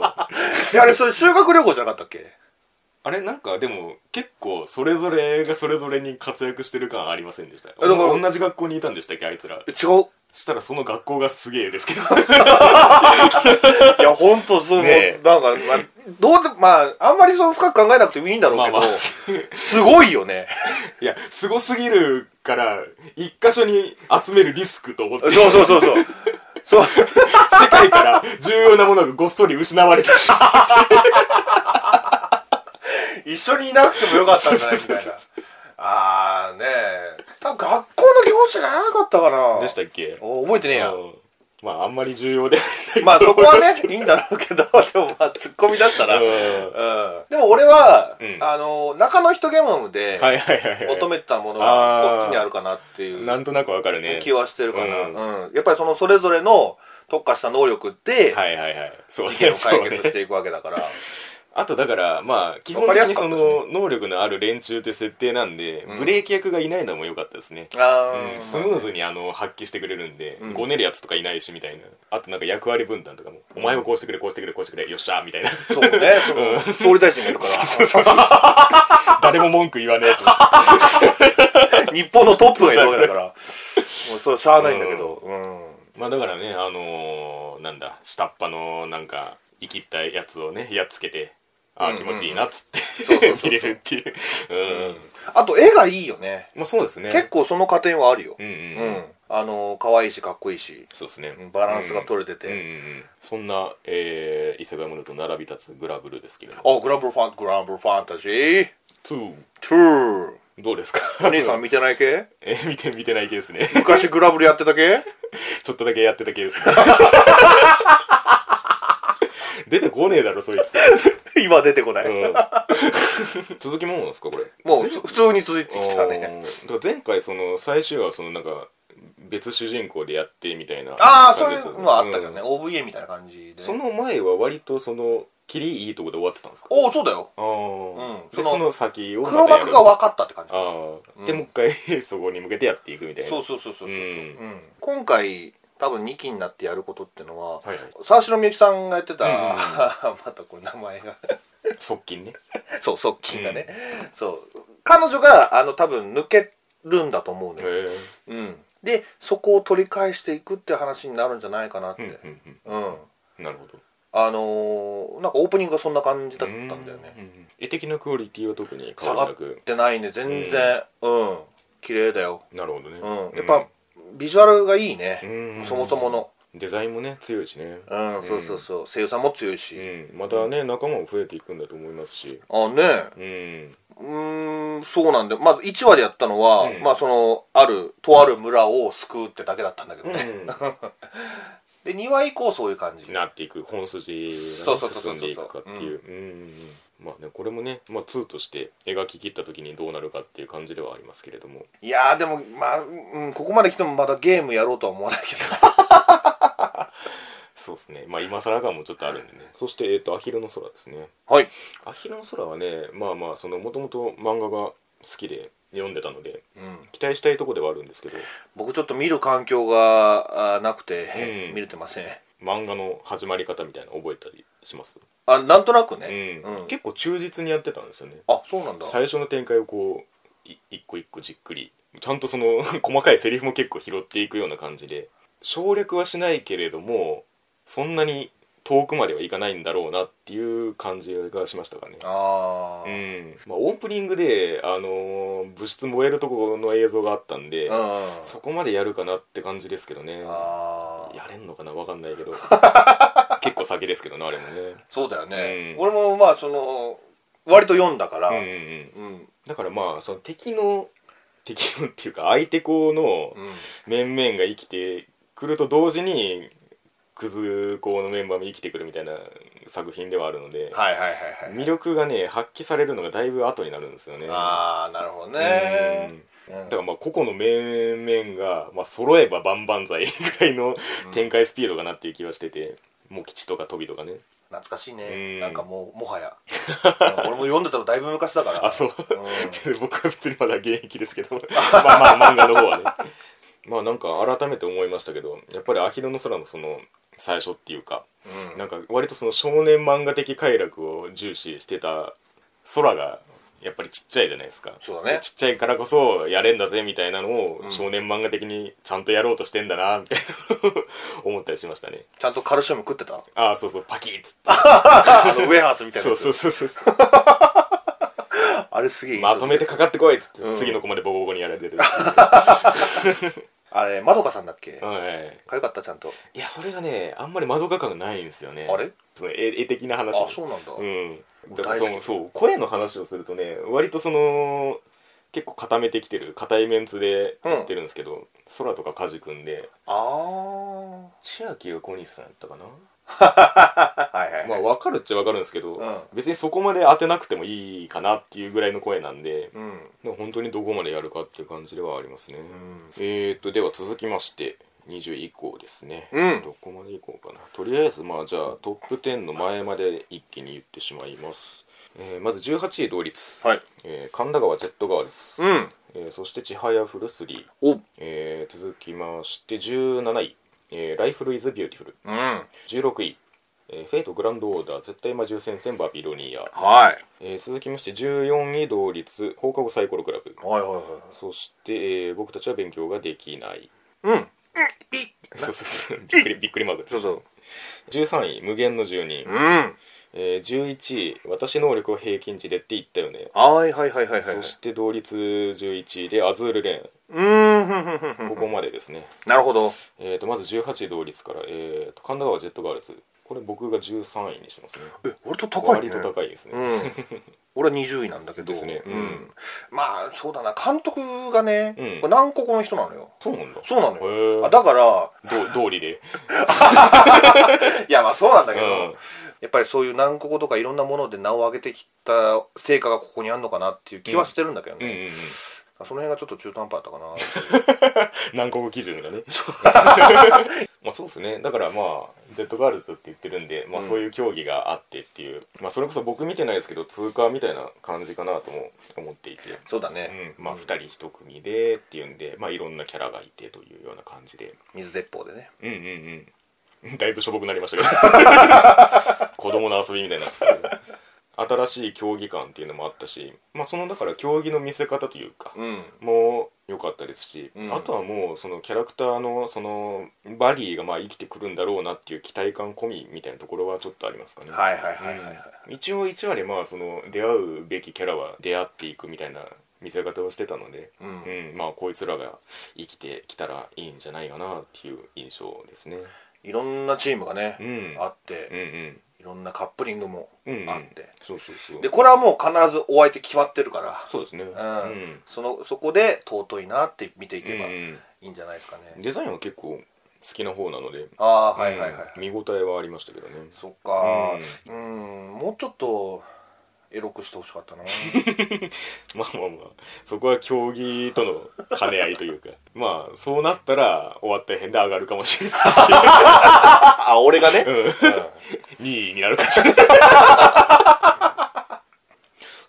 S2: いやあれそれ修学旅行じゃなかったっけ
S1: あれなんかでも結構それぞれがそれぞれに活躍してる感ありませんでした
S2: えだから
S1: 同じ学校にいたんでしたっけあいつら
S2: 違 う
S1: したらその学校がすげえですけ ど
S2: いや本当そう、
S1: ねえ
S2: なんか、まあ、どうでまああんまりその深く考えなくてもいいんだろう
S1: まあ
S2: けど、
S1: まあ
S2: すごいよね
S1: いやすごすぎるから一箇所に集めるリスクと思って
S2: そうそうそうそうそう
S1: 世界から重要なものがごっそり失われてしまう
S2: 一緒にいなくてもよかったんじゃないみたいなああねえ多分学校の教師じゃなかったかな
S1: でしたっけ
S2: お覚えてねえや
S1: うんまああんまり重要で
S2: まあそこはね、いいんだろうけど、でもまあ突っ込みだった
S1: う
S2: ら。うん。
S1: ん
S2: でも俺は、
S1: うん
S2: あの、中の人ゲームで、
S1: はいはいはい、
S2: 求
S1: は
S2: めてたもの
S1: あー
S2: はこっちにあるかなってい
S1: い、な
S2: うん
S1: となくわかるね
S2: 気はしてるかな、
S1: う
S2: うん。やっぱりそのそれぞれの特化した能力で、
S1: はいはいはいそう
S2: 事件を解
S1: そう
S2: 決していくわけだから。
S1: あとだからまあ基本
S2: わかり
S1: 的
S2: やす
S1: に
S2: か
S1: そ
S2: ったしね
S1: の能力のある連中って設定なんで、
S2: うん
S1: ブレーキ役がいないのも良かったですね、
S2: あ
S1: うんスムーズにあの発揮してくれるんで、
S2: うん
S1: ごねるやつとかいないしみたいなあとなんか役割分担とかも、お前をこうしてくれこうしてくれこうしてくれよっしゃーみたいな
S2: そうねその総理大臣がいるから
S1: 誰も文句言わねえと
S2: 日本のトップがいるわけだからもうそれしゃあないんだけどう
S1: まあだからねあのーなんだ下っ端のなんか生きったやつをねやっつけてあ
S2: う
S1: あ
S2: んうん
S1: 気
S2: うん
S1: 持ちいいなっつ
S2: そう
S1: っ
S2: そ
S1: て
S2: うそうそう
S1: 見れるっていううん
S2: んあと絵がいいよね
S1: まあそうですね
S2: 結構その加点はあるよ
S1: うんうん
S2: う
S1: うん、
S2: んあの可愛いしかっこいいし
S1: そうですね
S2: バランスが取れて
S1: うんう
S2: て
S1: んうんそんな、えー、伊勢川村と並び立つグラブルですけれども
S2: あグランブルファングランブルファンタジー
S1: 2
S2: 2
S1: どうですか
S2: お兄さん見てない系
S1: えー見て見てない系ですね
S2: 昔グラブルやってた系
S1: ちょっとだけやってた系ですね 出てこねえだろそいつ、
S2: 今出てこない、
S1: うん、続きもんなんですかこれ
S2: もうふ普通に続いてきた
S1: あー
S2: ね
S1: だから前回その最終話そのなんか別主人公でやってみたいな
S2: ああそう
S1: 感
S2: い
S1: じだ
S2: う
S1: た
S2: のはあったけどね、
S1: うん
S2: OVA みたいな感じで
S1: その前は割とそのキリいいとこで終わってたんですか
S2: おおそうだよ
S1: ああ、
S2: うん
S1: で
S2: その
S1: その先をまた
S2: 黒幕が
S1: やる
S2: 分かったって感じ
S1: ああ、
S2: うん
S1: でもう一回 そこに向けてやっていくみたいな
S2: そうそうそうそうそう、う
S1: うんん
S2: 今回多分2期になってやることってのは、
S1: はいはい
S2: 沢城みゆきさんがやってた、
S1: うんうんうん
S2: またこれ名 前が
S1: 側近ね
S2: そう側近がね、そう彼女があの多分抜けるんだと思う
S1: へ
S2: のよ、
S1: え
S2: うん、でそこを取り返していくって話になるんじゃないかなっ
S1: うん
S2: て
S1: うんうん
S2: うん、
S1: なるほど
S2: あのーなんかオープニングがそんな感じだったんだよね
S1: うんうん絵的なクオリティは特に変
S2: 下
S1: わ
S2: が
S1: らな
S2: っ
S1: く
S2: てないね全然うん、綺麗だよ
S1: なるほどね、
S2: うんやっぱ、ビジュアルがいいね、
S1: うん
S2: そもそもの
S1: デザインもね強いしね
S2: うん、そうそうそう声優さんも強いし、
S1: うん、またね仲間も増えていくんだと思いますし
S2: あね
S1: うん
S2: うーんそうなんだよまず1話でやったのは、
S1: うん
S2: まあそのあるとある村を救うってだけだったんだけどね、で2話以降そういう感じ
S1: なっていく本筋
S2: そうそ
S1: がね
S2: うそうそうそう
S1: 進んでいくかっていううんまあねこれもね、まあ、2として描き切った時にどうなるかっていう感じではありますけれども
S2: いやーでもまあ、うん、ここまで来てもまだゲームやろうとは思わないけど
S1: そうですねまあ今更感もちょっとあるんでねそして、えっと「アヒルの空」ですね
S2: はい
S1: 「アヒルの空」はねまあまあそのもともと漫画が好きで読んでたので
S2: うん、
S1: 期待したいとこではあるんですけど
S2: 僕ちょっと見る環境があーなくて、
S1: うん
S2: 見れてません
S1: 漫画の始まり方みたいなの覚えたりします、
S2: あなんとなく
S1: う
S2: ね
S1: ん、結構忠実にやってたんですよね
S2: あそうなんだ
S1: 最初の展開をこうい一個一個じっくりちゃんとその 細かいセリフも結構拾っていくような感じで省略はしないけれどもそんなに遠くまではいかないんだろうなっていう感じがしましたかね
S2: あ
S1: う
S2: あ
S1: んまあ、オープニングで、あのー物質燃えるところの映像があったんで、
S2: うん
S1: そこまでやるかなって感じですけどね
S2: あー
S1: やれんのかなわかんないけ ど結構先ですけどねあれもね
S2: そうだよね、
S1: うん
S2: 俺もまあその割と読んだから、
S1: うんうんうん
S2: うん
S1: だからまあその敵の敵のっていうか相手校の
S2: うん
S1: 面々が生きてくると同時にクズ校のメンバーも生きてくるみたいな作品ではあるので、
S2: はいはいはいはい、
S1: 魅力がね発揮されるのがだいぶ後になるんですよね
S2: ああなるほどねうん
S1: だからまあ個々の面々が、まあ揃えば万々歳ぐらいの展開スピードかなっていう気はしてて、もう吉とか飛びとかね
S2: 懐かしいね、
S1: うん
S2: なんかもうもはや俺も読んでたのだいぶ昔だから
S1: あそう、
S2: う
S1: 僕は別にまだ現役ですけど まあまあ漫画の方はねまあなんか改めて思いましたけどやっぱり「アヒルの空」のその最初っていうか
S2: うん
S1: なんか割とその少年漫画的快楽を重視してた空がやっぱりちっちゃいじゃないですか
S2: そうだね
S1: ちっちゃいからこそやれんだぜみたいなのを
S2: うん
S1: 少年漫画的にちゃんとやろうとしてんだなみたいな 思ったりしましたね
S2: ちゃんとカルシウム食ってた
S1: ああそうそうパキッつっ
S2: あのウェアハースみた
S1: て
S2: いな
S1: そう
S2: やつ
S1: そうそうそう
S2: あれすげえ印象
S1: まとめてかかってこいっつって、
S2: うん
S1: 次の子までボコボコにやられ てる
S2: あれまどかさんだっけ、
S1: はい
S2: かゆかったちゃんと
S1: いやそれがねあんまり窓画感がないんですよね
S2: あれ
S1: その絵絵的な話
S2: あそうなんだ、
S1: うんだか
S2: 大好
S1: ら
S2: き
S1: そのそう声の話をするとね割とその結構固めてきてる固いメンツでやってるんですけど、空とか梶君で
S2: ああ
S1: 千秋が小西さんやったかな、
S2: はいはい、
S1: まあ分かるっちゃ分かるんですけど、
S2: うん
S1: 別にそこまで当てなくてもいいかなっていうぐらいの声なんで、
S2: うん、
S1: でも本当にどこまでやるかっていう感じではありますね、
S2: うん、
S1: えーとでは続きまして20以降ですね、
S2: うん
S1: どこまでいこうかなとりあえずまあじゃあトップ10の前まで一気に言ってしまいます、えーまず18位同率、
S2: はい
S1: えー神田川ジェットガールズ、
S2: うん
S1: えーそして千早フルスリー、
S2: おうん
S1: えー続きまして17位、えーライフルイズビューティフル
S2: は
S1: 16位、えーフェイトグランドオーダー絶対魔獣戦線バビロニア、
S2: い
S1: えー続きまして14位同率放課後サイコロクラブ
S2: はいはいはい
S1: そして、えー僕たちは勉強ができない
S2: うんうん
S1: そうそうそうびっくりびっくりマーク
S2: そうそう
S1: 13位無限の住人
S2: う、ん
S1: えー、11位私能力を平均値でって言ったよね
S2: はいはいはいはいはい
S1: そして同率11位でアズールレ
S2: うーんふんふんふんふ
S1: ーン
S2: ん
S1: ここまでですね、
S2: なるほど
S1: えー、とまず18位同率から、えー、と神田川ジェットガールズこれ僕が13位にしてますね
S2: え割と高い
S1: 割
S2: ね
S1: と高いですね、
S2: うん俺は20位なんだけど
S1: ですねうん
S2: うんまあそうだな監督がね
S1: うん
S2: これ南国の人なのよ
S1: そうなんだ
S2: そうなの
S1: へ
S2: よ
S1: ー
S2: あだから
S1: ど道理で
S2: いやまあそうなんだけど、
S1: うん
S2: やっぱりそういう南国とかいろんなもので名を上げてきた成果がここにあるのかなっていう気はしてるんだけど
S1: うんう
S2: ね、
S1: んうん
S2: その辺がちょっと中途半端だったかな
S1: 南国基準がね まあそうですねだからまあジェットガールズって言ってるんで、まあ、
S2: うん
S1: そういう競技があってっていう、まあそれこそ僕見てないですけど通過みたいな感じかなとも思っていて、
S2: そうだ
S1: う
S2: ね、
S1: ん、まあ2人1組でっていうんで、まあ、いろんなキャラがいてというような感じで
S2: 水鉄砲でね
S1: うんうんうんだいぶしょぼくなりましたけど子供の遊びみたいになってたけど新しい競技感っていうのもあったし、まあ、そのだから競技の見せ方というか、
S2: うん
S1: も良かったですし、
S2: うん
S1: あとはもうそのキャラクターのそのバリーがまあ生きてくるんだろうなっていう期待感込みみたいなところはちょっとありますかね。
S2: はいはいはいはいはい、
S1: うん一応1話でまあその出会うべきキャラは出会っていくみたいな見せ方をしてたので、
S2: うん
S1: うんまあこいつらが生きてきたらいいんじゃないかなっていう印象ですね。
S2: いろんなチームがね、
S1: うん、
S2: あって、
S1: うんうん
S2: いろんなカップリングも
S1: うんうん
S2: あって、
S1: そうそうそう
S2: でこれはもう必ずお相手決まってるから
S1: そうですね。うん
S2: うんそのそこで尊いなって見ていけば
S1: う
S2: い
S1: ん
S2: いんじゃないですかね、
S1: うんデザインは結構好きな方なので、
S2: ああはいはいはい、はい
S1: うん見応えはありましたけどね。
S2: そっかうんもうちょっとエロくしてほしかっ たな
S1: まあまあまあそこは競技との兼ね合いというか まあそうなったら終わった辺で上がるかもしれない
S2: あ俺がね、
S1: うん2位になるかもしれない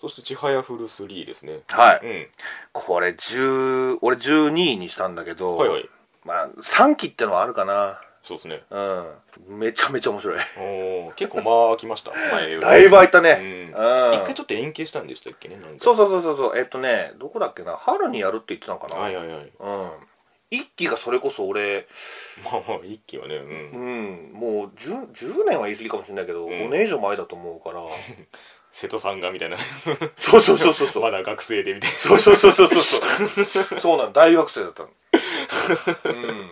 S1: そして「ちはやフル3」ですね
S2: は
S1: う
S2: い
S1: ん
S2: これ10俺12位にしたんだけど、
S1: はいはい
S2: まあ3期ってのはあるかな
S1: そうですね
S2: うんめちゃめちゃ面白い
S1: おー結構間空きました前より
S2: だいぶ空いたね
S1: う
S2: うん
S1: ん、一回
S2: そ
S1: ちょっと延期したんでしたっけねなんか
S2: うそうそうそうそうえっとねどこだっけな春にやるって言ってたのかな、
S1: はいはいはい
S2: うん一期がそれこそ俺、
S1: まあまあ一期はねう
S2: うんん、もう 10, 10年は言い過ぎかもしれないけど、
S1: ん
S2: 5年以上前だと思うから
S1: 瀬戸さんがみたいな
S2: そうそうそうそうそう
S1: まだ学生でみたいな
S2: そうそうそうそうそうそうそうなの大学生だったのうん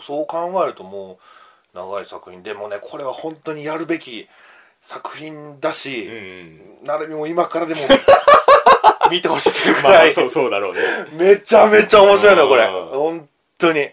S2: そう考えるともう長い作品でもねこれは本当にやるべき作品だし
S1: う、ん
S2: なるみも今からでも見てほしいっていうく
S1: ま
S2: ら
S1: あ
S2: い、
S1: そうそうだろうね
S2: めちゃめちゃ面白いのよこれ
S1: あー
S2: 本当に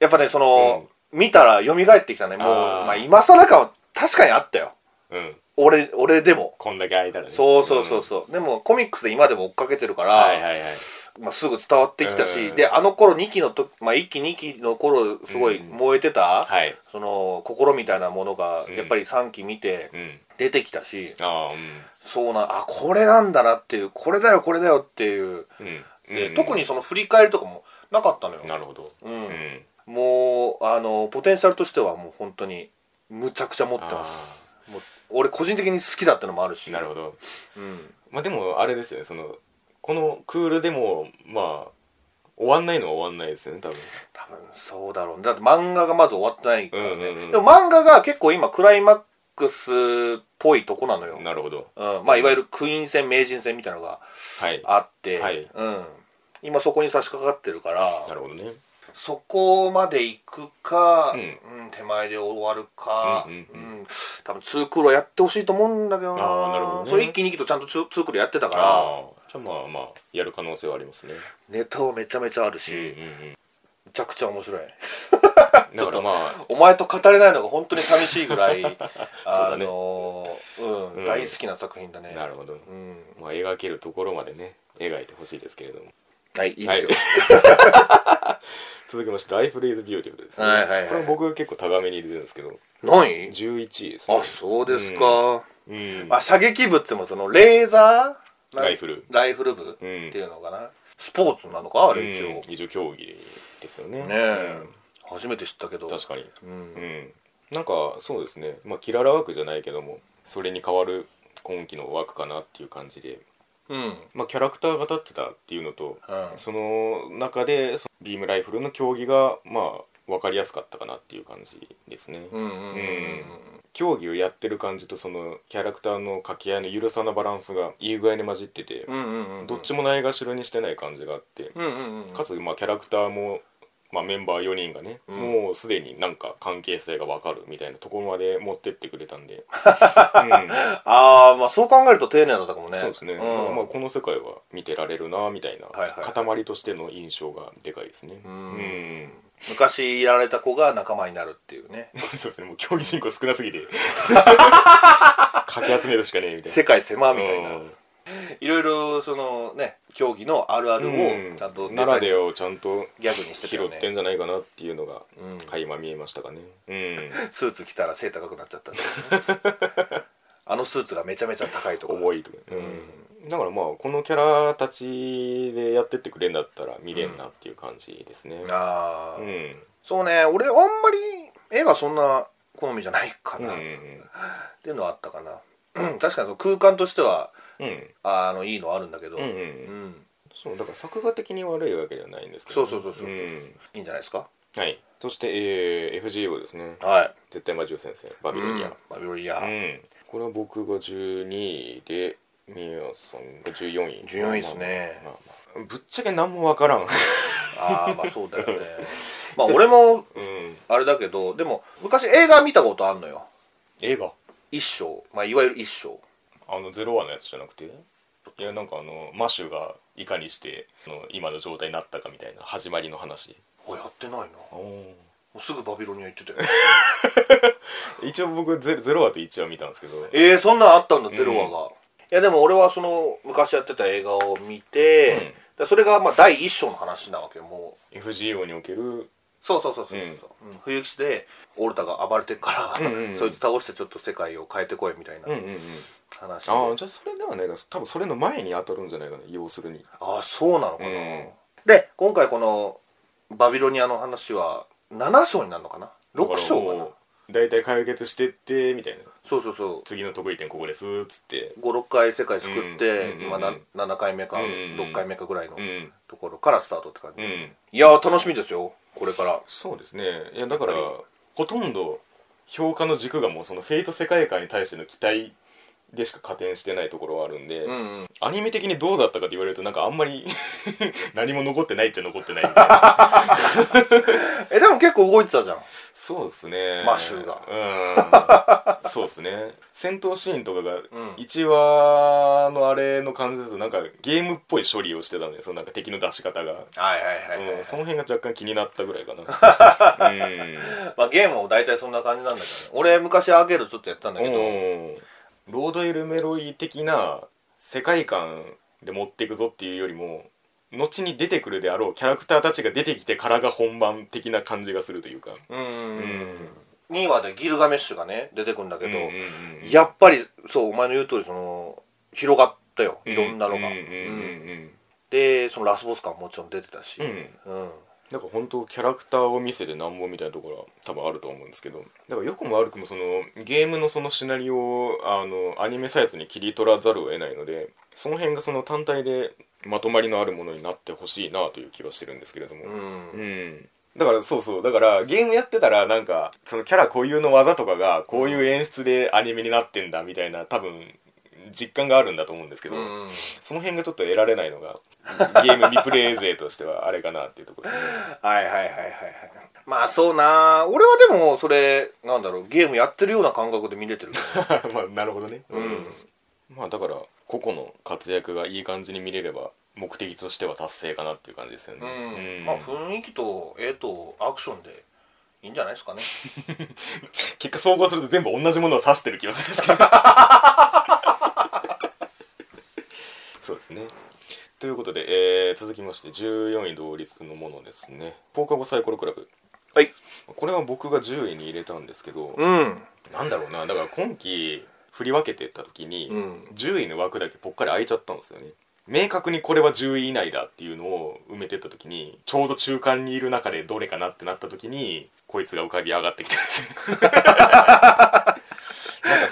S2: やっぱねその、見たら蘇ってきたねもう
S1: あー
S2: まあ、今更感は確かにあったよ
S1: うん
S2: 俺俺でも
S1: こんだけ空いたらね
S2: そうそうそう
S1: そ
S2: そう、でもコミックスで今でも追っかけてるから、
S1: はいはいはい
S2: まあ、すぐ伝わってきたし、
S1: うん
S2: であの頃2期のと、まあ、1期2期の頃すごい燃えてた、
S1: はい
S2: その心みたいなものが
S1: うん
S2: やっぱり3期見て
S1: うん
S2: 出てきたし、
S1: ああ
S2: そうなんあこれなんだなっていうこれだよこれだよっていう、
S1: うんうん
S2: で
S1: うん
S2: 特にその振り返りとかもなかったのよ、
S1: なるほど
S2: うん
S1: うん
S2: もうあのポテンシャルとしてはもう本当にむちゃくちゃ持ってますもう俺個人的に好きだってのもあるし
S1: なるほど
S2: うん
S1: まあでもあれですよねそのこのクールでもまあ終わんないのは終わんないですよね多分
S2: 多分そうだろうねだって漫画がまず終わってないからね、
S1: うんうんうん
S2: でも漫画が結構今クライマックスっぽいとこなのよ、
S1: なるほど
S2: うんまあ、いわゆるクイーン戦名人戦みたいなのが
S1: はい
S2: あって、
S1: はい
S2: うん、今そこに差し掛かってるから
S1: なるほどね
S2: そこまで行くか、
S1: う
S2: うん手前で終わるか、
S1: うんうんうん
S2: 多分2クールはやってほしいと思うんだけどな
S1: あーなるほどね
S2: それ一期二期とちゃんと2クールやってた
S1: あ
S2: から
S1: あじゃあまあまあやる可能性はありますね
S2: ネタはめちゃめちゃあるし、
S1: うんうん
S2: めちゃくちゃ面白い
S1: うんだからまあ
S2: お前と語れないのが本当に寂しい ぐらい、あ
S1: だね
S2: のーうん
S1: うん
S2: 大好きな作品だね
S1: なるほど
S2: うん、
S1: まあ描けるところまでね描いてほしいですけれども
S3: はい、いいですよ。
S1: 続きまして「ライフ・レイズ・ビューティフル」ですね、
S3: はいはいはい
S1: これ僕結構高めに入れてるんですけど
S3: 何
S1: 11位ですね
S3: あ、そうですか。
S1: うん
S2: まあ、射撃部ってもそのレーザー
S1: ライフル
S2: ライフル部っていうのかな、スポーツなのかあ
S1: うん
S2: れ一応、ね
S1: 一応競技ですよね
S3: え、初めて知ったけど。
S1: 確かに
S3: うん
S1: う。んなんかそうですねまあキララ枠じゃないけどもそれに代わる今期の枠かなっていう感じで
S2: うん、
S1: まあキャラクターが立ってたっていうのと
S2: うん
S1: その中でそのビームライフルの競技がまあ分かりやすかったかなっていう感じですね、
S2: うんうんうん
S1: うん競技をやってる感じとそのキャラクターの掛け合いの緩さのバランスがいい具合に混じってて、
S2: うんうんうん
S1: どっちもないがしろにしてない感じがあって、
S2: うんうんうん
S1: かつまあキャラクターも、まあ、メンバー4人がね、もうすでになんか関係性が分かるみたいなところまで持ってってくれたん で、うん
S2: ああまあそう考えると丁寧だったかもね
S1: そうですね、
S2: ん
S1: まあ、この世界は見てられるなみたいな
S2: はいはい
S1: 塊としての印象がでかいですね
S2: ん
S1: うん
S2: 昔やられた子が仲間になるっていうね
S1: そうですね、もう競技人口少なすぎ てかき集めるしかねえみたいな
S2: 世界狭みたいな、
S1: うん
S2: いろいろそのね競技のあるある
S1: うん
S2: をちゃんと
S1: 奈良でをちゃんと
S2: ギャグにしてた
S1: 拾
S2: よ
S1: っ
S2: ね
S1: てんじゃないかなっていうのが
S2: うん
S1: 垣間見えましたかねうん
S2: スーツ着たら背高くなっちゃったんだよねあのスーツがめちゃめちゃ高いとか
S1: 重いとかうんだからまあこのキャラたちでやってってくれんだったら見れんなっていう感じですね
S2: ああ、
S1: うん
S2: そうね俺あんまり絵がそんな好みじゃないか
S1: うんう
S2: な、っ
S1: ん
S2: ていうのはあったかな確かにその空間としては
S1: うん
S2: あのいいのはあるんだけど、
S1: うんう
S2: うんん
S1: そうだから作画的に悪いわけではないんですけどね
S2: そうそうそうそうそうんいいんじゃないですか
S1: はいそしてえー FGO ですね
S2: はい
S1: 絶対魔獣先生バビロニア
S2: バビロニア、
S1: うん、これは僕が12位で宮さんが14位
S2: 14位っすね
S1: まあまあぶっちゃけ何もわからん
S2: ああまあそうだよ ねまあ俺も
S1: うん
S2: あれだけどでも昔映画見たことあんのよ
S1: 映画
S2: 一章まあいわゆる一章
S1: あのゼロ話のやつじゃなくていやなんかあのマシュがいかにしてあの今の状態になったかみたいな始まりの話
S2: あやってないなもうすぐバビロニア行 ってたよ
S1: 一応僕ゼゼロ話と1話見たんですけど
S2: えー、そんなんあったんだゼロ話
S1: うん
S2: が、いやでも俺はその昔やってた映画を見て、でそれがまあ第一章の話なわけよもう
S1: FGO における
S2: そうそうそうそうそう、うん冬吉でオルタが暴れてっから、
S1: うんうんうん
S2: そいつ倒してちょっと世界を変えてこいみたいな
S1: うんうんうん
S2: 話で、
S1: ああじゃあそれではないな多分それの前に当たるんじゃないかな要するに
S2: ああそうなのかな、
S1: うん
S2: で今回このバビロニアの話は7章になるのかな6章かな
S1: だいたい解決してってみたいな
S2: そうそうそう
S1: 次の得意点ここですっつって
S2: 56回世界救って、
S1: うんうん
S2: 今な7回目か、
S1: うんうん
S2: 6回目かぐらいの
S1: うん
S2: ところからスタートって感じ、
S1: うん
S2: いやー楽しみですよこれから
S1: そうですねいやだから
S2: やっ
S1: ほとんど評価の軸がもうそのフェイト世界観に対しての期待でしか加点してないところはあるんで、
S2: うんうん
S1: アニメ的にどうだったかって言われるとなんかあんまり 何も残ってないっちゃ残って ないみたいな
S2: えでも結構動いてたじゃん
S1: そうですね
S2: マシュー
S1: がうんそうですね戦闘シーンとかが1話のあれの感じだとなんかゲームっぽい処理をしてたんでそのなんか敵の出し方が、
S2: はいはいはい、はい
S1: うん、その辺が若干気になったぐらいか なうん
S2: まあ、ゲームも大体そんな感じなんだけどね俺昔アーケードちょっとやってたんだけど、
S1: うんロードエルメロイ的な世界観で持っていくぞっていうよりも後に出てくるであろうキャラクターたちが出てきてからが本番的な感じがするというか
S2: うんうん
S1: う
S2: うん、2話でギルガメッシュがね出てくるんだけ
S1: け
S2: ど、
S1: ど
S2: やっぱりそうお前の言う通りその広がったよいろんなのが、
S1: うんうんうん
S2: でそのラスボス感ももちろん出てたし
S1: うんうん
S2: うん、
S1: なんか本当キャラクターを見せてなんぼみたいなところは多分あると思うんですけどだから良くも悪くもそのゲームのそのシナリオをあのアニメサイズに切り取らざるを得ないのでその辺がその単体でまとまりのあるものになってほしいなという気はしてるんですけれども、
S2: うん
S1: うんだからそうそうだからゲームやってたらなんかそのキャラ固有の技とかがこういう演出でアニメになってんだみたいな多分実感があるんだと思うんですけど、
S2: うん、
S1: その辺がちょっと得られないの がゲームリプレイ勢としてはあれかなっていうところですね
S2: はいはいはいはいはいまあそうな俺はでもそれなんだろうゲームやってるような感覚で見れてる
S1: まあなるほどねうん、
S2: ん
S1: まあだから個々の活躍がいい感じに見れれば目的としては達成かなっていう感じですよ
S2: う
S1: ねう
S2: ん、
S1: ん
S2: まあ雰囲気と絵とアクションでいいんじゃないですかね
S1: 結果総合すると全部同じものを指してる気がするんですけどそうですねということで、えー続きまして14位同率のものですね放課後サイコロクラブ
S2: はい
S1: これは僕が10位に入れたんですけど、
S2: うん
S1: なんだろうなだから今期振り分けてった時に、
S2: うん
S1: 10位の枠だけぽっかり空いちゃったんですよね明確にこれは10位以内だっていうのを埋めてった時にちょうど中間にいる中でどれかなってなった時にこいつが浮かび上がってきたんですよ なんか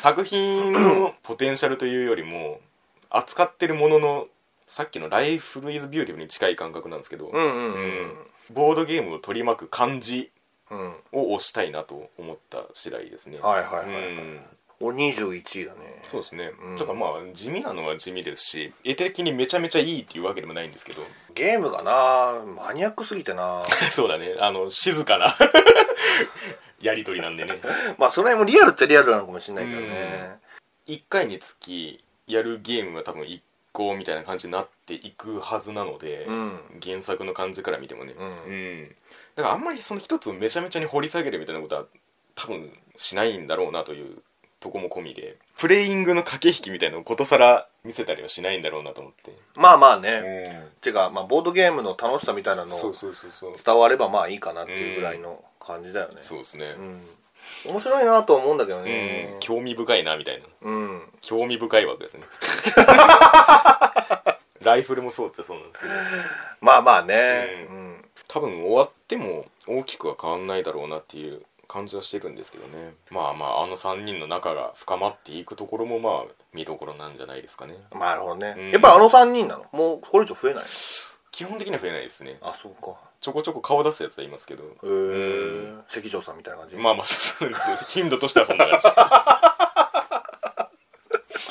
S1: 作品のポテンシャルというよりも扱ってるもののさっきの「ライフ・ルイズ・ビューティフ」に近い感覚なんですけど、
S2: うんうんう
S1: うんんボードゲームを取り巻く感じ
S2: うん
S1: を推したいなと思った次第ですね
S2: はいはいはいはい
S1: うん
S2: お21位だね
S1: そうですね、
S2: ん
S1: だからまあ地味なのは地味ですし絵的にめちゃめちゃいいっていうわけでもないんですけど
S2: ゲームがなマニアックすぎてな
S1: そうだねあの静かな やり取りなんでね
S2: まあその辺もリアルっちゃリアルなのかもしれないけどね
S1: 1回につきやるゲームが多分1個みたいな感じになっていくはずなので、
S2: うん
S1: 原作の感じから見てもね
S2: うん
S1: だからあんまりその一つをめちゃめちゃに掘り下げるみたいなことは多分しないんだろうなというとこも込みでプレイングの駆け引きみたいなのをことさら見せたりはしないんだろうなと思って
S2: まあまあねてかまあボードゲームの楽しさみたいなの
S1: そう
S2: を
S1: そうそうそう
S2: 伝わればまあいいかなっていうぐらいの感じだよね
S1: そうですね
S2: うん面白いなとは思うんだけど
S1: うん、
S2: ね
S1: 興味深いなみたいな
S2: うん
S1: 興味深い枠 ですねライフルもそうっちゃそうなんですけど
S2: まあまあね
S1: う
S2: うん
S1: 多分終わっても大きくは変わんないだろうなっていう感じはしてるんですけどねまあまああの3人の仲が深まっていくところもまあ見どころなんじゃないですかね
S2: まあなるほどね、
S1: うん
S2: やっぱあの3人なのもうこれ以上増えない
S1: 基本的には増えないですね
S2: あそうか
S1: ちょこちょこ顔出すやつはいますけど
S2: へえ関城さんみたいな感じ、
S1: まあまあそうそうです頻度としてはそんな 感じ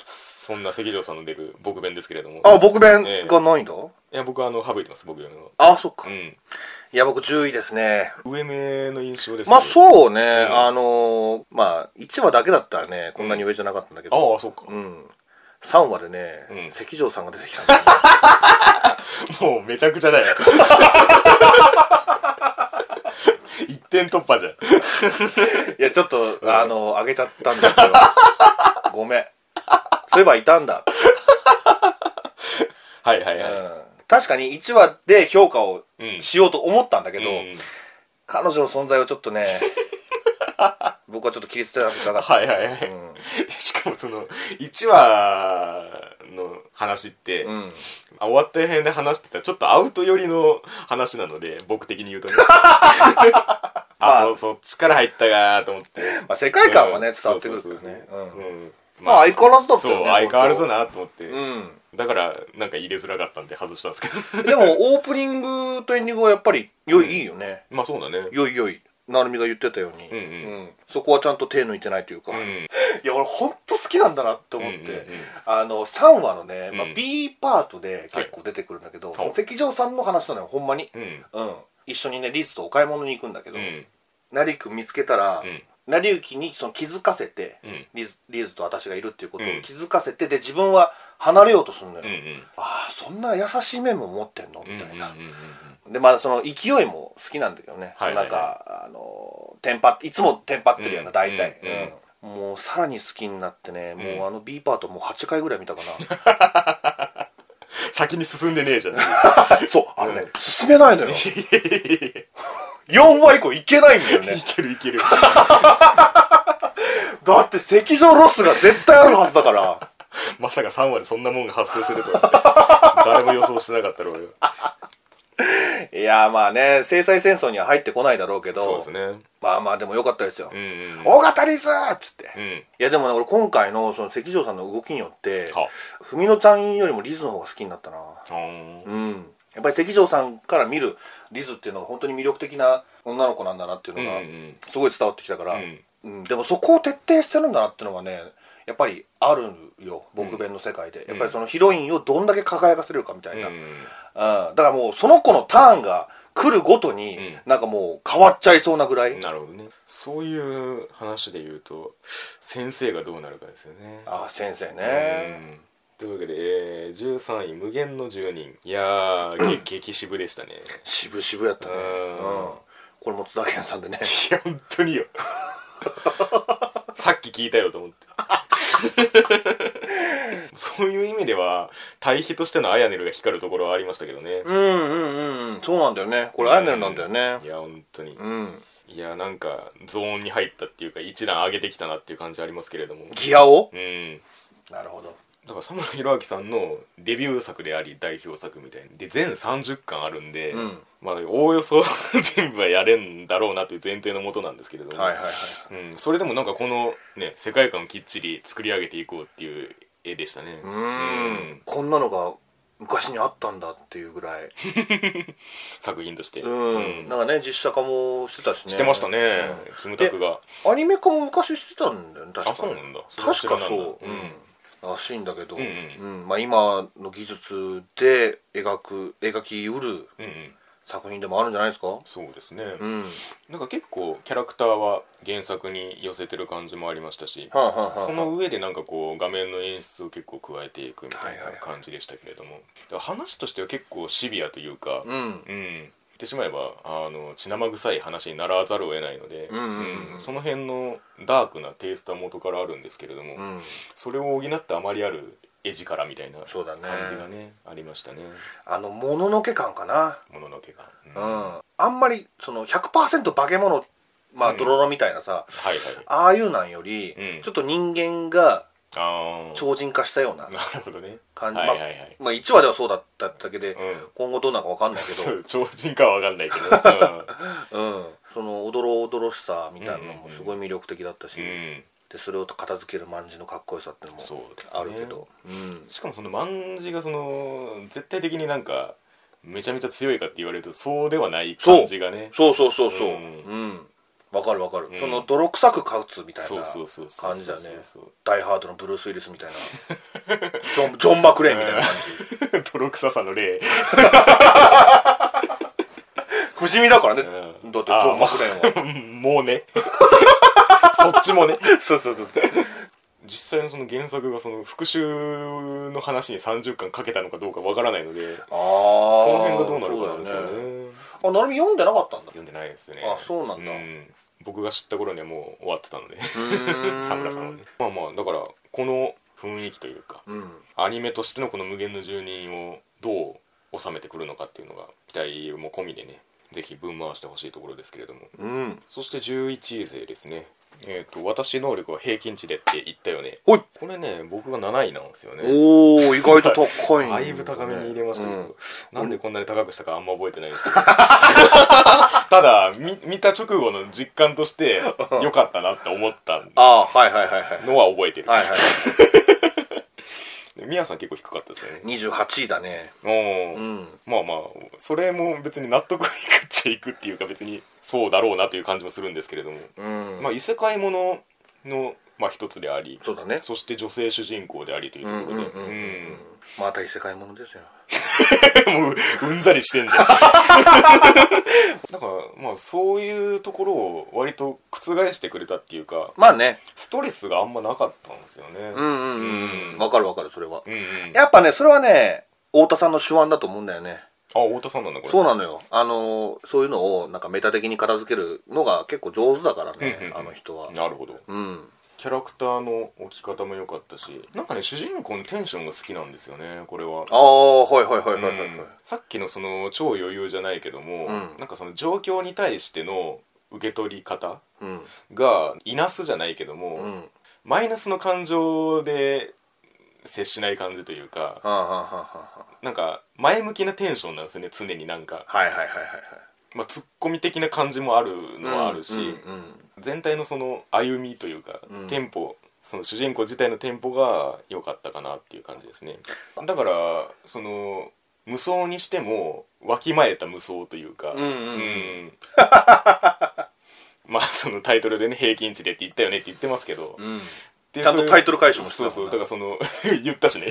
S1: そんな関城さんの出る僕弁ですけれども
S2: あ僕弁がないんだ、
S1: いや僕はあの省いてます僕よりも
S2: あそっか、
S1: う
S2: い
S1: ん
S2: や僕10位ですね
S1: 上目の印象ですね
S2: まあそうね、
S1: ん
S2: あのーまあ1話だけだったらねこんなに上じゃなかったんだけど
S1: ああそっか、
S2: うん、3話でね、
S1: うん
S2: 関城さんが出てきたんだよ
S1: もうめちゃくちゃだよ 一点突破じゃん
S2: いやちょっと、
S1: ん
S2: あのー上げちゃったんだけど ごめんそういえばいたんだ、
S1: はいはいうは
S2: ん、確かに1話で評価を
S1: いうん
S2: しようと思ったんだけど、
S1: うん
S2: 彼女の存在をちょっとね 僕はちょっと切り捨てなかった、
S1: はいはいはい、
S2: うん
S1: しかもその1話の話って、
S2: うん、
S1: あ終わった辺で話してたちょっとアウト寄りの話なので僕的に言うと ねあ、
S2: まあ
S1: そうそっちから入ったかと思って
S2: まあ、世界観はね、伝わってくる
S1: そ
S2: か
S1: う
S2: ら
S1: そう
S2: ね
S1: そう
S2: う
S1: う
S2: ん
S1: ん
S2: まあ相変わらずだったよ
S1: そう
S2: ね
S1: 相変わらずだなと思って、
S2: うん
S1: だからなんか入れづらかったんで外したんですけ ど
S2: でもオープニングとエンディングはやっぱり良いいいよね、
S1: まあそうだね
S2: 良い良いなるみが言ってたように、
S1: うんうん
S2: そこはちゃんと手抜いてないというか、
S1: う
S2: い
S1: ん
S2: や俺ほんと好きなんだなって思って、
S1: うんうんうん
S2: あの3話のね、まあ
S1: うん、
S2: B パートで結構出てくるんだけど、
S1: はい
S2: 関城さんの話なのよほんまに、
S1: うん
S2: うん、一緒にねリーズとお買い物に行くんだけど、
S1: うん
S2: 成君見つけたら、
S1: うん
S2: 成幸にその気づかせて、
S1: うん
S2: リーズリーズと私がいるっていうことを
S1: うん
S2: 気づかせて、で自分は離れようとするのよ、
S1: うんうん
S2: ああそんな優しい面も持ってんの
S1: うん
S2: みたいな、
S1: うんうんうん
S2: でまあその勢いも好きなんだけどね、
S1: はいはいはい
S2: なんかあのテンパっていつもテンパってるような
S1: うん
S2: 大体、
S1: うん
S2: うんもうさらに好きになってね、
S1: ん
S2: もうあの B パートもう8回ぐらい見たか
S1: 先に進んでねえじゃん
S2: な そうあのね、進めないのよ4話以降いけないんだよね
S1: いけるいける
S2: だって赤上ロスが絶対あるはず だから
S1: まさか3話でそんなもんが発生するとは誰も予想してなかったろうよ
S2: いやまあね制裁戦争には入ってこないだろうけど
S1: そうですね
S2: まあまあでもよかったですよ
S1: うんうん
S2: 「大型リーズ!」っつって、
S1: う
S2: い
S1: ん
S2: やでもね俺今回のその関上さんの動きによって
S1: は
S2: 文乃ちゃんよりもリズの方が好きになったな
S1: あー
S2: うんやっぱり関上さんから見るリズっていうのが本当に魅力的な女の子なんだなっていう
S1: うん
S2: の
S1: う
S2: が
S1: ん
S2: すごい伝わってきたから、
S1: うん
S2: うんでもそこを徹底してるんだなっていうのがねやっぱりあるよ僕弁の世界で、やっぱりそのヒロインをどんだけ輝かせるかみたいな、
S1: う
S2: うん
S1: ん
S2: だからもうその子のターンが来るごとに、
S1: うん
S2: なんかもう変わっちゃいそうなぐらい、
S1: なるほどねそういう話で言うと先生がどうなるかですよね
S2: ああ先生
S1: う
S2: ね
S1: んというわけで、えー13位無限の住人いやーげ激渋でしたね
S2: 渋々やったね、
S1: う
S2: うんん、これも津田健さんでね
S1: いや本当によさっき聞いたよと思って そういう意味では対比としてのアヤネルが光るところはありましたけどね、
S2: うんうんうんそうなんだよねこれアイネルなんだよね
S1: いや本当に、
S2: うん
S1: いやなんかゾーンに入ったっていうか一段上げてきたなっていう感じありますけれども
S2: ギアを
S1: うん
S2: なるほど
S1: だから佐村弘明さんのデビュー作であり代表作みたいにで全30巻あるんで、
S2: うん
S1: まあおおよそ 全部はやれんだろうなという前提のもとなんですけれども、
S2: はいはいはい
S1: うん、それでもなんかこのね世界観をきっちり作り上げていこうっていう絵でしたね
S2: うーんこんなのが昔にあったんだっていうぐらい
S1: 作品として、
S2: うん、なんかね実写化もしてたしね
S1: してましたね、
S2: うん
S1: キムタクが
S2: アニメ化も昔してたんだよね確か
S1: あそうなんだ
S2: 確か
S1: それは知らなんだ
S2: そう、うんらしいんだけど、
S1: うん
S2: うんまあ、今の技術で描く描きうる
S1: うんうん
S2: 作品でもあるんじゃないですか
S1: そうですね、
S2: うん
S1: なんか結構キャラクターは原作に寄せてる感じもありましたし
S2: はあ、はあはあ、
S1: その上でなんかこう画面の演出を結構加えていくみたい
S2: はいはい
S1: な
S2: はい
S1: 感じでしたけれども、だから話としては結構シビアというか、
S2: うんうん
S1: うん言ってしまえばあの血生臭い話にならざるを得ないので、
S2: うんうんうん
S1: その辺のダークなテイストは元からあるんですけれども、
S2: うん
S1: それを補ってあまりある絵力みたいな
S2: そう
S1: 感
S2: だね
S1: じがねありましたね
S2: あのもののけ感かな
S1: もののけが、うん
S2: うん、
S1: はい
S2: あんまりその100%化け物まあ
S1: うん
S2: ドロロみたいなさ、
S1: はい
S2: ああいうなんより、
S1: うん
S2: ちょっと人間が
S1: ああ
S2: 超人化したような
S1: なるほどね
S2: 感じ、
S1: はいはいはい、
S2: まあ、まあ1話ではそうだっただけ
S1: う
S2: で、
S1: ん
S2: 今後どうなるか分かんないけど
S1: そう超人かは分かんないけど、
S2: うん、そのおどろおどろしさみたいなのもすごい魅力的だったし、
S1: うんうん、
S2: でそれを片付ける卍のかっこよさっていうのも
S1: そうですね
S2: あるけどう,、
S1: しかもその卍がその絶対的になんかめちゃめちゃ強いかって言われるとそうではない感じがね
S2: ん、そうそうそうそうう
S1: うんん
S2: わ、かるわかる、
S1: うん
S2: その泥臭く勝つみたい
S1: そ
S2: な
S1: うそうそうそう
S2: 感じだね
S1: そう
S2: ダイハードのブルース・ウィリスみたいな ジョンジョン・マクレーンみたいな感じ
S1: そう 泥臭さの例
S2: 不死身だからね、
S1: うん
S2: だってジョン・マク レーンは
S1: もうねそっちもね
S2: そうそうそう
S1: 実際のその原作がその復讐の話に30巻かけたのかどうかわからないので
S2: ああ
S1: そ
S2: そ
S1: の辺がどうなるかなんですよ
S2: うだね
S1: ね
S2: あなるみ読んでなかったんだ
S1: 読んでないですね
S2: あそうなんだ
S1: 僕が知った頃にはもう終わってたので
S2: ーん
S1: 佐村さんはねまあまあだからこの雰囲気というか
S2: うん
S1: アニメとしてのこの無限の住人をどう収めてくるのかっていうのが期待も込みでねぜひ分回してほしいところですけれども
S2: うん
S1: そして11位勢ですねえっ、と私能力は平均値でって言ったよね
S2: ほい
S1: これね僕が7位なんですよね
S2: おお意外と高い ん
S1: だいぶ高めに入れましたけど、
S2: うん
S1: なんでこんなに高くしたかあんま覚えてない ですけどただみ見た直後の実感として良かったなって思った
S2: ああーはいはいはいはい
S1: のは覚えてる
S2: はいはい
S1: でミヤさん結構低かったですよね
S2: 28位だね
S1: おお、
S2: うん
S1: まあまあそれも別に納得いくっちゃいくっていうか別にそうだろうなという感じもするんですけれども、
S2: うん
S1: まあ異世界ものの、まあ、一つであり
S2: そうだね
S1: そして女性主人公でありという
S2: うん
S1: と
S2: う
S1: こ
S2: んう
S1: ろ
S2: ん
S1: で
S2: うんうんまた異世界ものですよ
S1: うん もううんざりしてん じゃんだからまあそういうところを割と覆してくれたっていうか
S2: まあね
S1: ストレスがあんまなかったんですよね
S2: うんうんうんうんわかるわかるそれは
S1: うんうんあ
S2: やっぱねそれはね太田さんの手腕だと思うんだよね
S1: 太田さんなんだこれ
S2: そうなのよあのーそういうのをなんかメタ的に片付けるのが結構上手だから
S1: うんうん
S2: ね
S1: うん
S2: あの人は
S1: なるほど
S2: うん
S1: キャラクターの置き方も良かったしなんかね主人公のテンションが好きなんですよねこれは
S2: ああはいはいはいはいはいはい
S1: うんさっきのその超余裕じゃないけども、
S2: うん
S1: なんかその状況に対しての受け取り方
S2: うん
S1: がいなすじゃないけども、
S2: うんは
S1: マイナスの感情で接しない感じというか
S2: あはあはあは
S1: なんか前向きなテンションなんですよね常になんか、
S2: あはいはいはいはいはい
S1: まあ、ツッコミ的な感じもあるのはあるし、
S2: うんうん
S1: 全体のその歩みというか、
S2: うん
S1: テンポその主人公自体のテンポが良かったかなっていう感じですねだからその無双にしてもわきまえた無双というか
S2: うんうんうん
S1: ん まあそのタイトルでね平均値でって言ったよねって言ってますけど、
S2: うんうん
S1: で
S2: ちゃんと
S1: それ
S2: タイトル解消もしてた
S1: そ
S2: も
S1: うんそうだ
S2: な
S1: からその 言った しね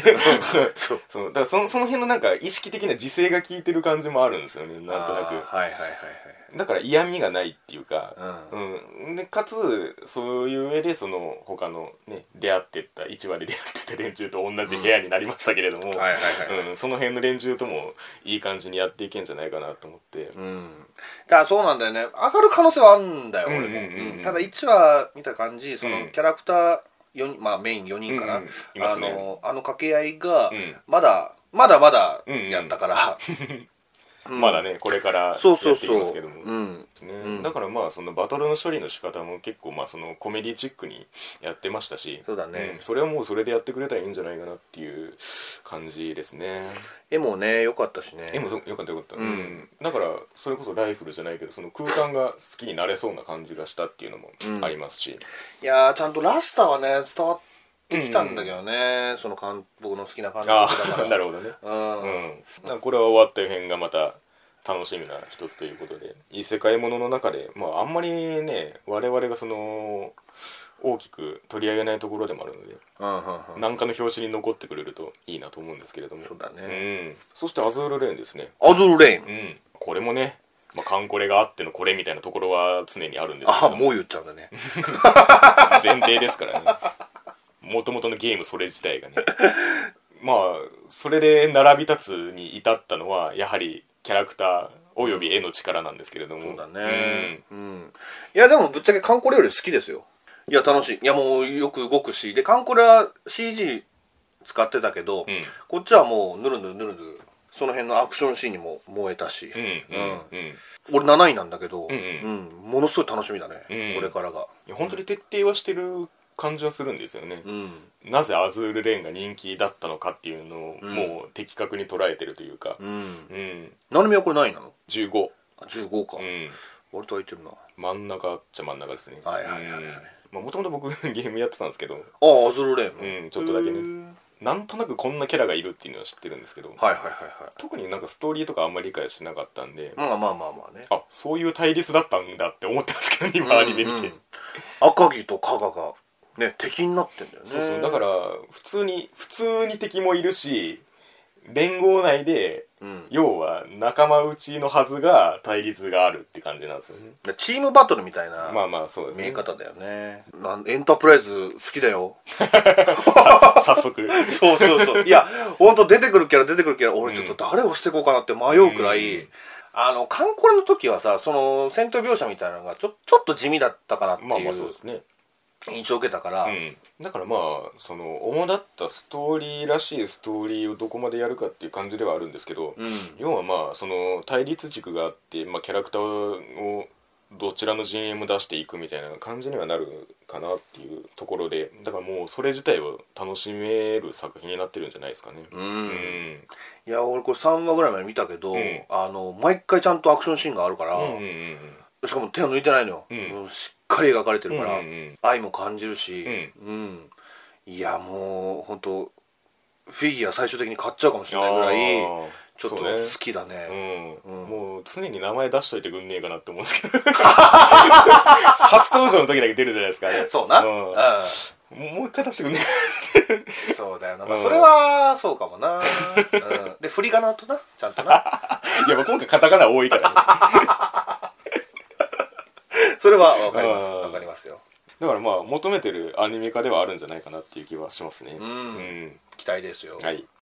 S2: そう
S1: そのだからそのその辺のなんか意識的な自制が効いてる感じもあるんですよねなんとな
S2: あー
S1: く
S2: はいはいはい
S1: だから嫌味がないっていうか、
S2: はいうん
S1: うん、でかつそういう上でその他のね出会ってった1話で出会ってた連中と同じ部屋になりましたけれども、
S2: はいはいはい
S1: うんその辺の連中ともいい感じにやっていけんじゃないかなと思って、
S2: うんだからそうなんだよね上がる可能性はあるんだよ
S1: うんうん
S2: 俺
S1: うんうん
S2: も、うんただ1話見た感じそのキャラクター、四人まあ、メイン4人かな、
S1: うんうんいますね
S2: あのあの掛け合いが
S1: うん
S2: まだ、まだまだ
S1: うんうん
S2: やった から、うん
S1: まだねこれからや
S2: そうそう
S1: っていき
S2: そ
S1: ますけ
S2: う、
S1: ども
S2: うん、
S1: ね
S2: うん
S1: だからまあそのバトルの処理の仕方も結構まあそのコメディチックにやってましたし
S2: そうだね
S1: んそれはもうそれでやってくれたらいいんじゃないかなっていう感じですね
S2: 絵もね良かったしね
S1: 絵もよかったよかった、
S2: うん
S1: だからそれこそライフルじゃないけどその空間が好きになれそうな感じがしたっていうのも
S2: うん
S1: ありますし、
S2: いやーちゃんとラスターはね伝わってきたんだけどね、その監僕の好きな監督
S1: あ
S2: だか
S1: あ
S2: ら
S1: なるほどね
S2: うん
S1: うん、なんかこれは終わった編がまた楽しみな一つということで異世界ものの中で、まあ、あんまりね我々がその大きく取り上げないところでもあるので
S2: うんうんうん
S1: 何かの表紙に残ってくれるといいなと思うんですけれども
S2: そうだ
S1: う
S2: ね、
S1: ん、そしてアズールレーンですね、
S2: アズルレイン
S1: うん、これもね、まあ、カンコレがあってのこれみたいなところは常にあるんですけ
S2: あ
S1: ど
S2: もう言っちゃうんだね
S1: 前提ですからねもともとのゲームそれ自体がねまあそれで並び立つに至ったのはやはりキャラクターおよび絵の力なんですけれども
S2: そうだねうん、いやでもぶっちゃけカンコレより好きですよいや楽しいいやもうよく動くしでカンコレは CG 使ってたけど、
S1: うん
S2: こっちはもうぬるぬるぬるぬるその辺のアクションシーンにも燃えたし、
S1: うんうんうんうんい
S2: 俺7位なんだけど、
S1: うんうん
S2: うんものすごい楽しみだね、
S1: うん
S2: これからが
S1: や本当に徹底はしてる感じはするんですよね、
S2: うん
S1: なぜアズールレーンが人気だったのかっていうのを
S2: ん
S1: もう的確に捉えてるというか
S2: うん
S1: うん、
S2: 成海はこれ何位なの
S1: 15
S2: あ15か、
S1: うん
S2: 割と空いてるなあ
S1: 真ん中っちゃ真ん中ですね
S2: はいはいはいはい
S1: もともと僕ゲームやってたんですけど
S2: あアズルレーン
S1: うんちょっとだけね
S2: へー
S1: なんとなくこんなキャラがいるっていうのは知ってるんですけど、
S2: はいはいはいはい
S1: 特になんかストーリーとかあんまり理解してなかったんで、
S2: まあまあまあまあね
S1: あそういう対立だったんだって思ってますけど今アニメ見て、
S2: うんうん赤城と加賀がね敵になってんだよね
S1: そうそうだから普通に普通に敵もいるし連合内で
S2: うん
S1: 要は仲間内のはずが対立があるって感じなんですよね
S2: チームバトルみたいな
S1: まあまあそうです
S2: 見
S1: ね
S2: え方だよねなんエンタープライズ好きだよ
S1: 早 速
S2: そうそうそう いや本当出てくるキャラ出てくるキャラ俺ちょっと誰押していこうかなって迷うくらい、
S1: うん
S2: あのカンコレの時はさその戦闘描写みたいなのがちょちょっと地味だったかなって
S1: まあ
S2: い
S1: ま
S2: う
S1: あそうですね
S2: 印象を受けたから、
S1: うん、だからまあその主だったストーリーらしいストーリーをどこまでやるかっていう感じではあるんですけど、
S2: うん
S1: 要はまあその対立軸があって、まあ、キャラクターをどちらの陣営も出していくみたいな感じにはなるかなっていうところでだからもうそれ自体を楽しめる作品になってるんじゃないですかね。
S2: う
S1: うんん
S2: いや俺これ3話ぐらいまで見たけど、
S1: うん
S2: あの毎回ちゃんとアクションシーンがあるから、
S1: うんうんうん
S2: しかも手を抜いてないのよ、
S1: うん
S2: もうしっかり描かれてるから、
S1: うんうんうん
S2: 愛も感じるし、
S1: う
S2: うんいやもう本当フィギュア最終的に買っちゃうかもし
S1: あ
S2: れないぐらい
S1: ー
S2: ちょっ
S1: そ
S2: と好
S1: うね
S2: きだね
S1: うん
S2: うん
S1: もう常に名前出しといてくんねえかなって思うんですけど初登場の時だけ出るじゃないですかあれ
S2: そうな、
S1: ん
S2: う
S1: もう一回出してくんね
S2: ん、そうだよな、まあ、
S1: うん
S2: それはそうかもな、うん、で振り仮名となちゃんとな
S1: いやまあ今回カタカナ多いから、ね、
S2: それはわかります
S1: うん
S2: わかりますよ
S1: だからまあ求めてるアニメ化ではあるんじゃないかなっていう気はしますね
S2: うん
S1: うん
S2: 期待ですよ、
S1: はい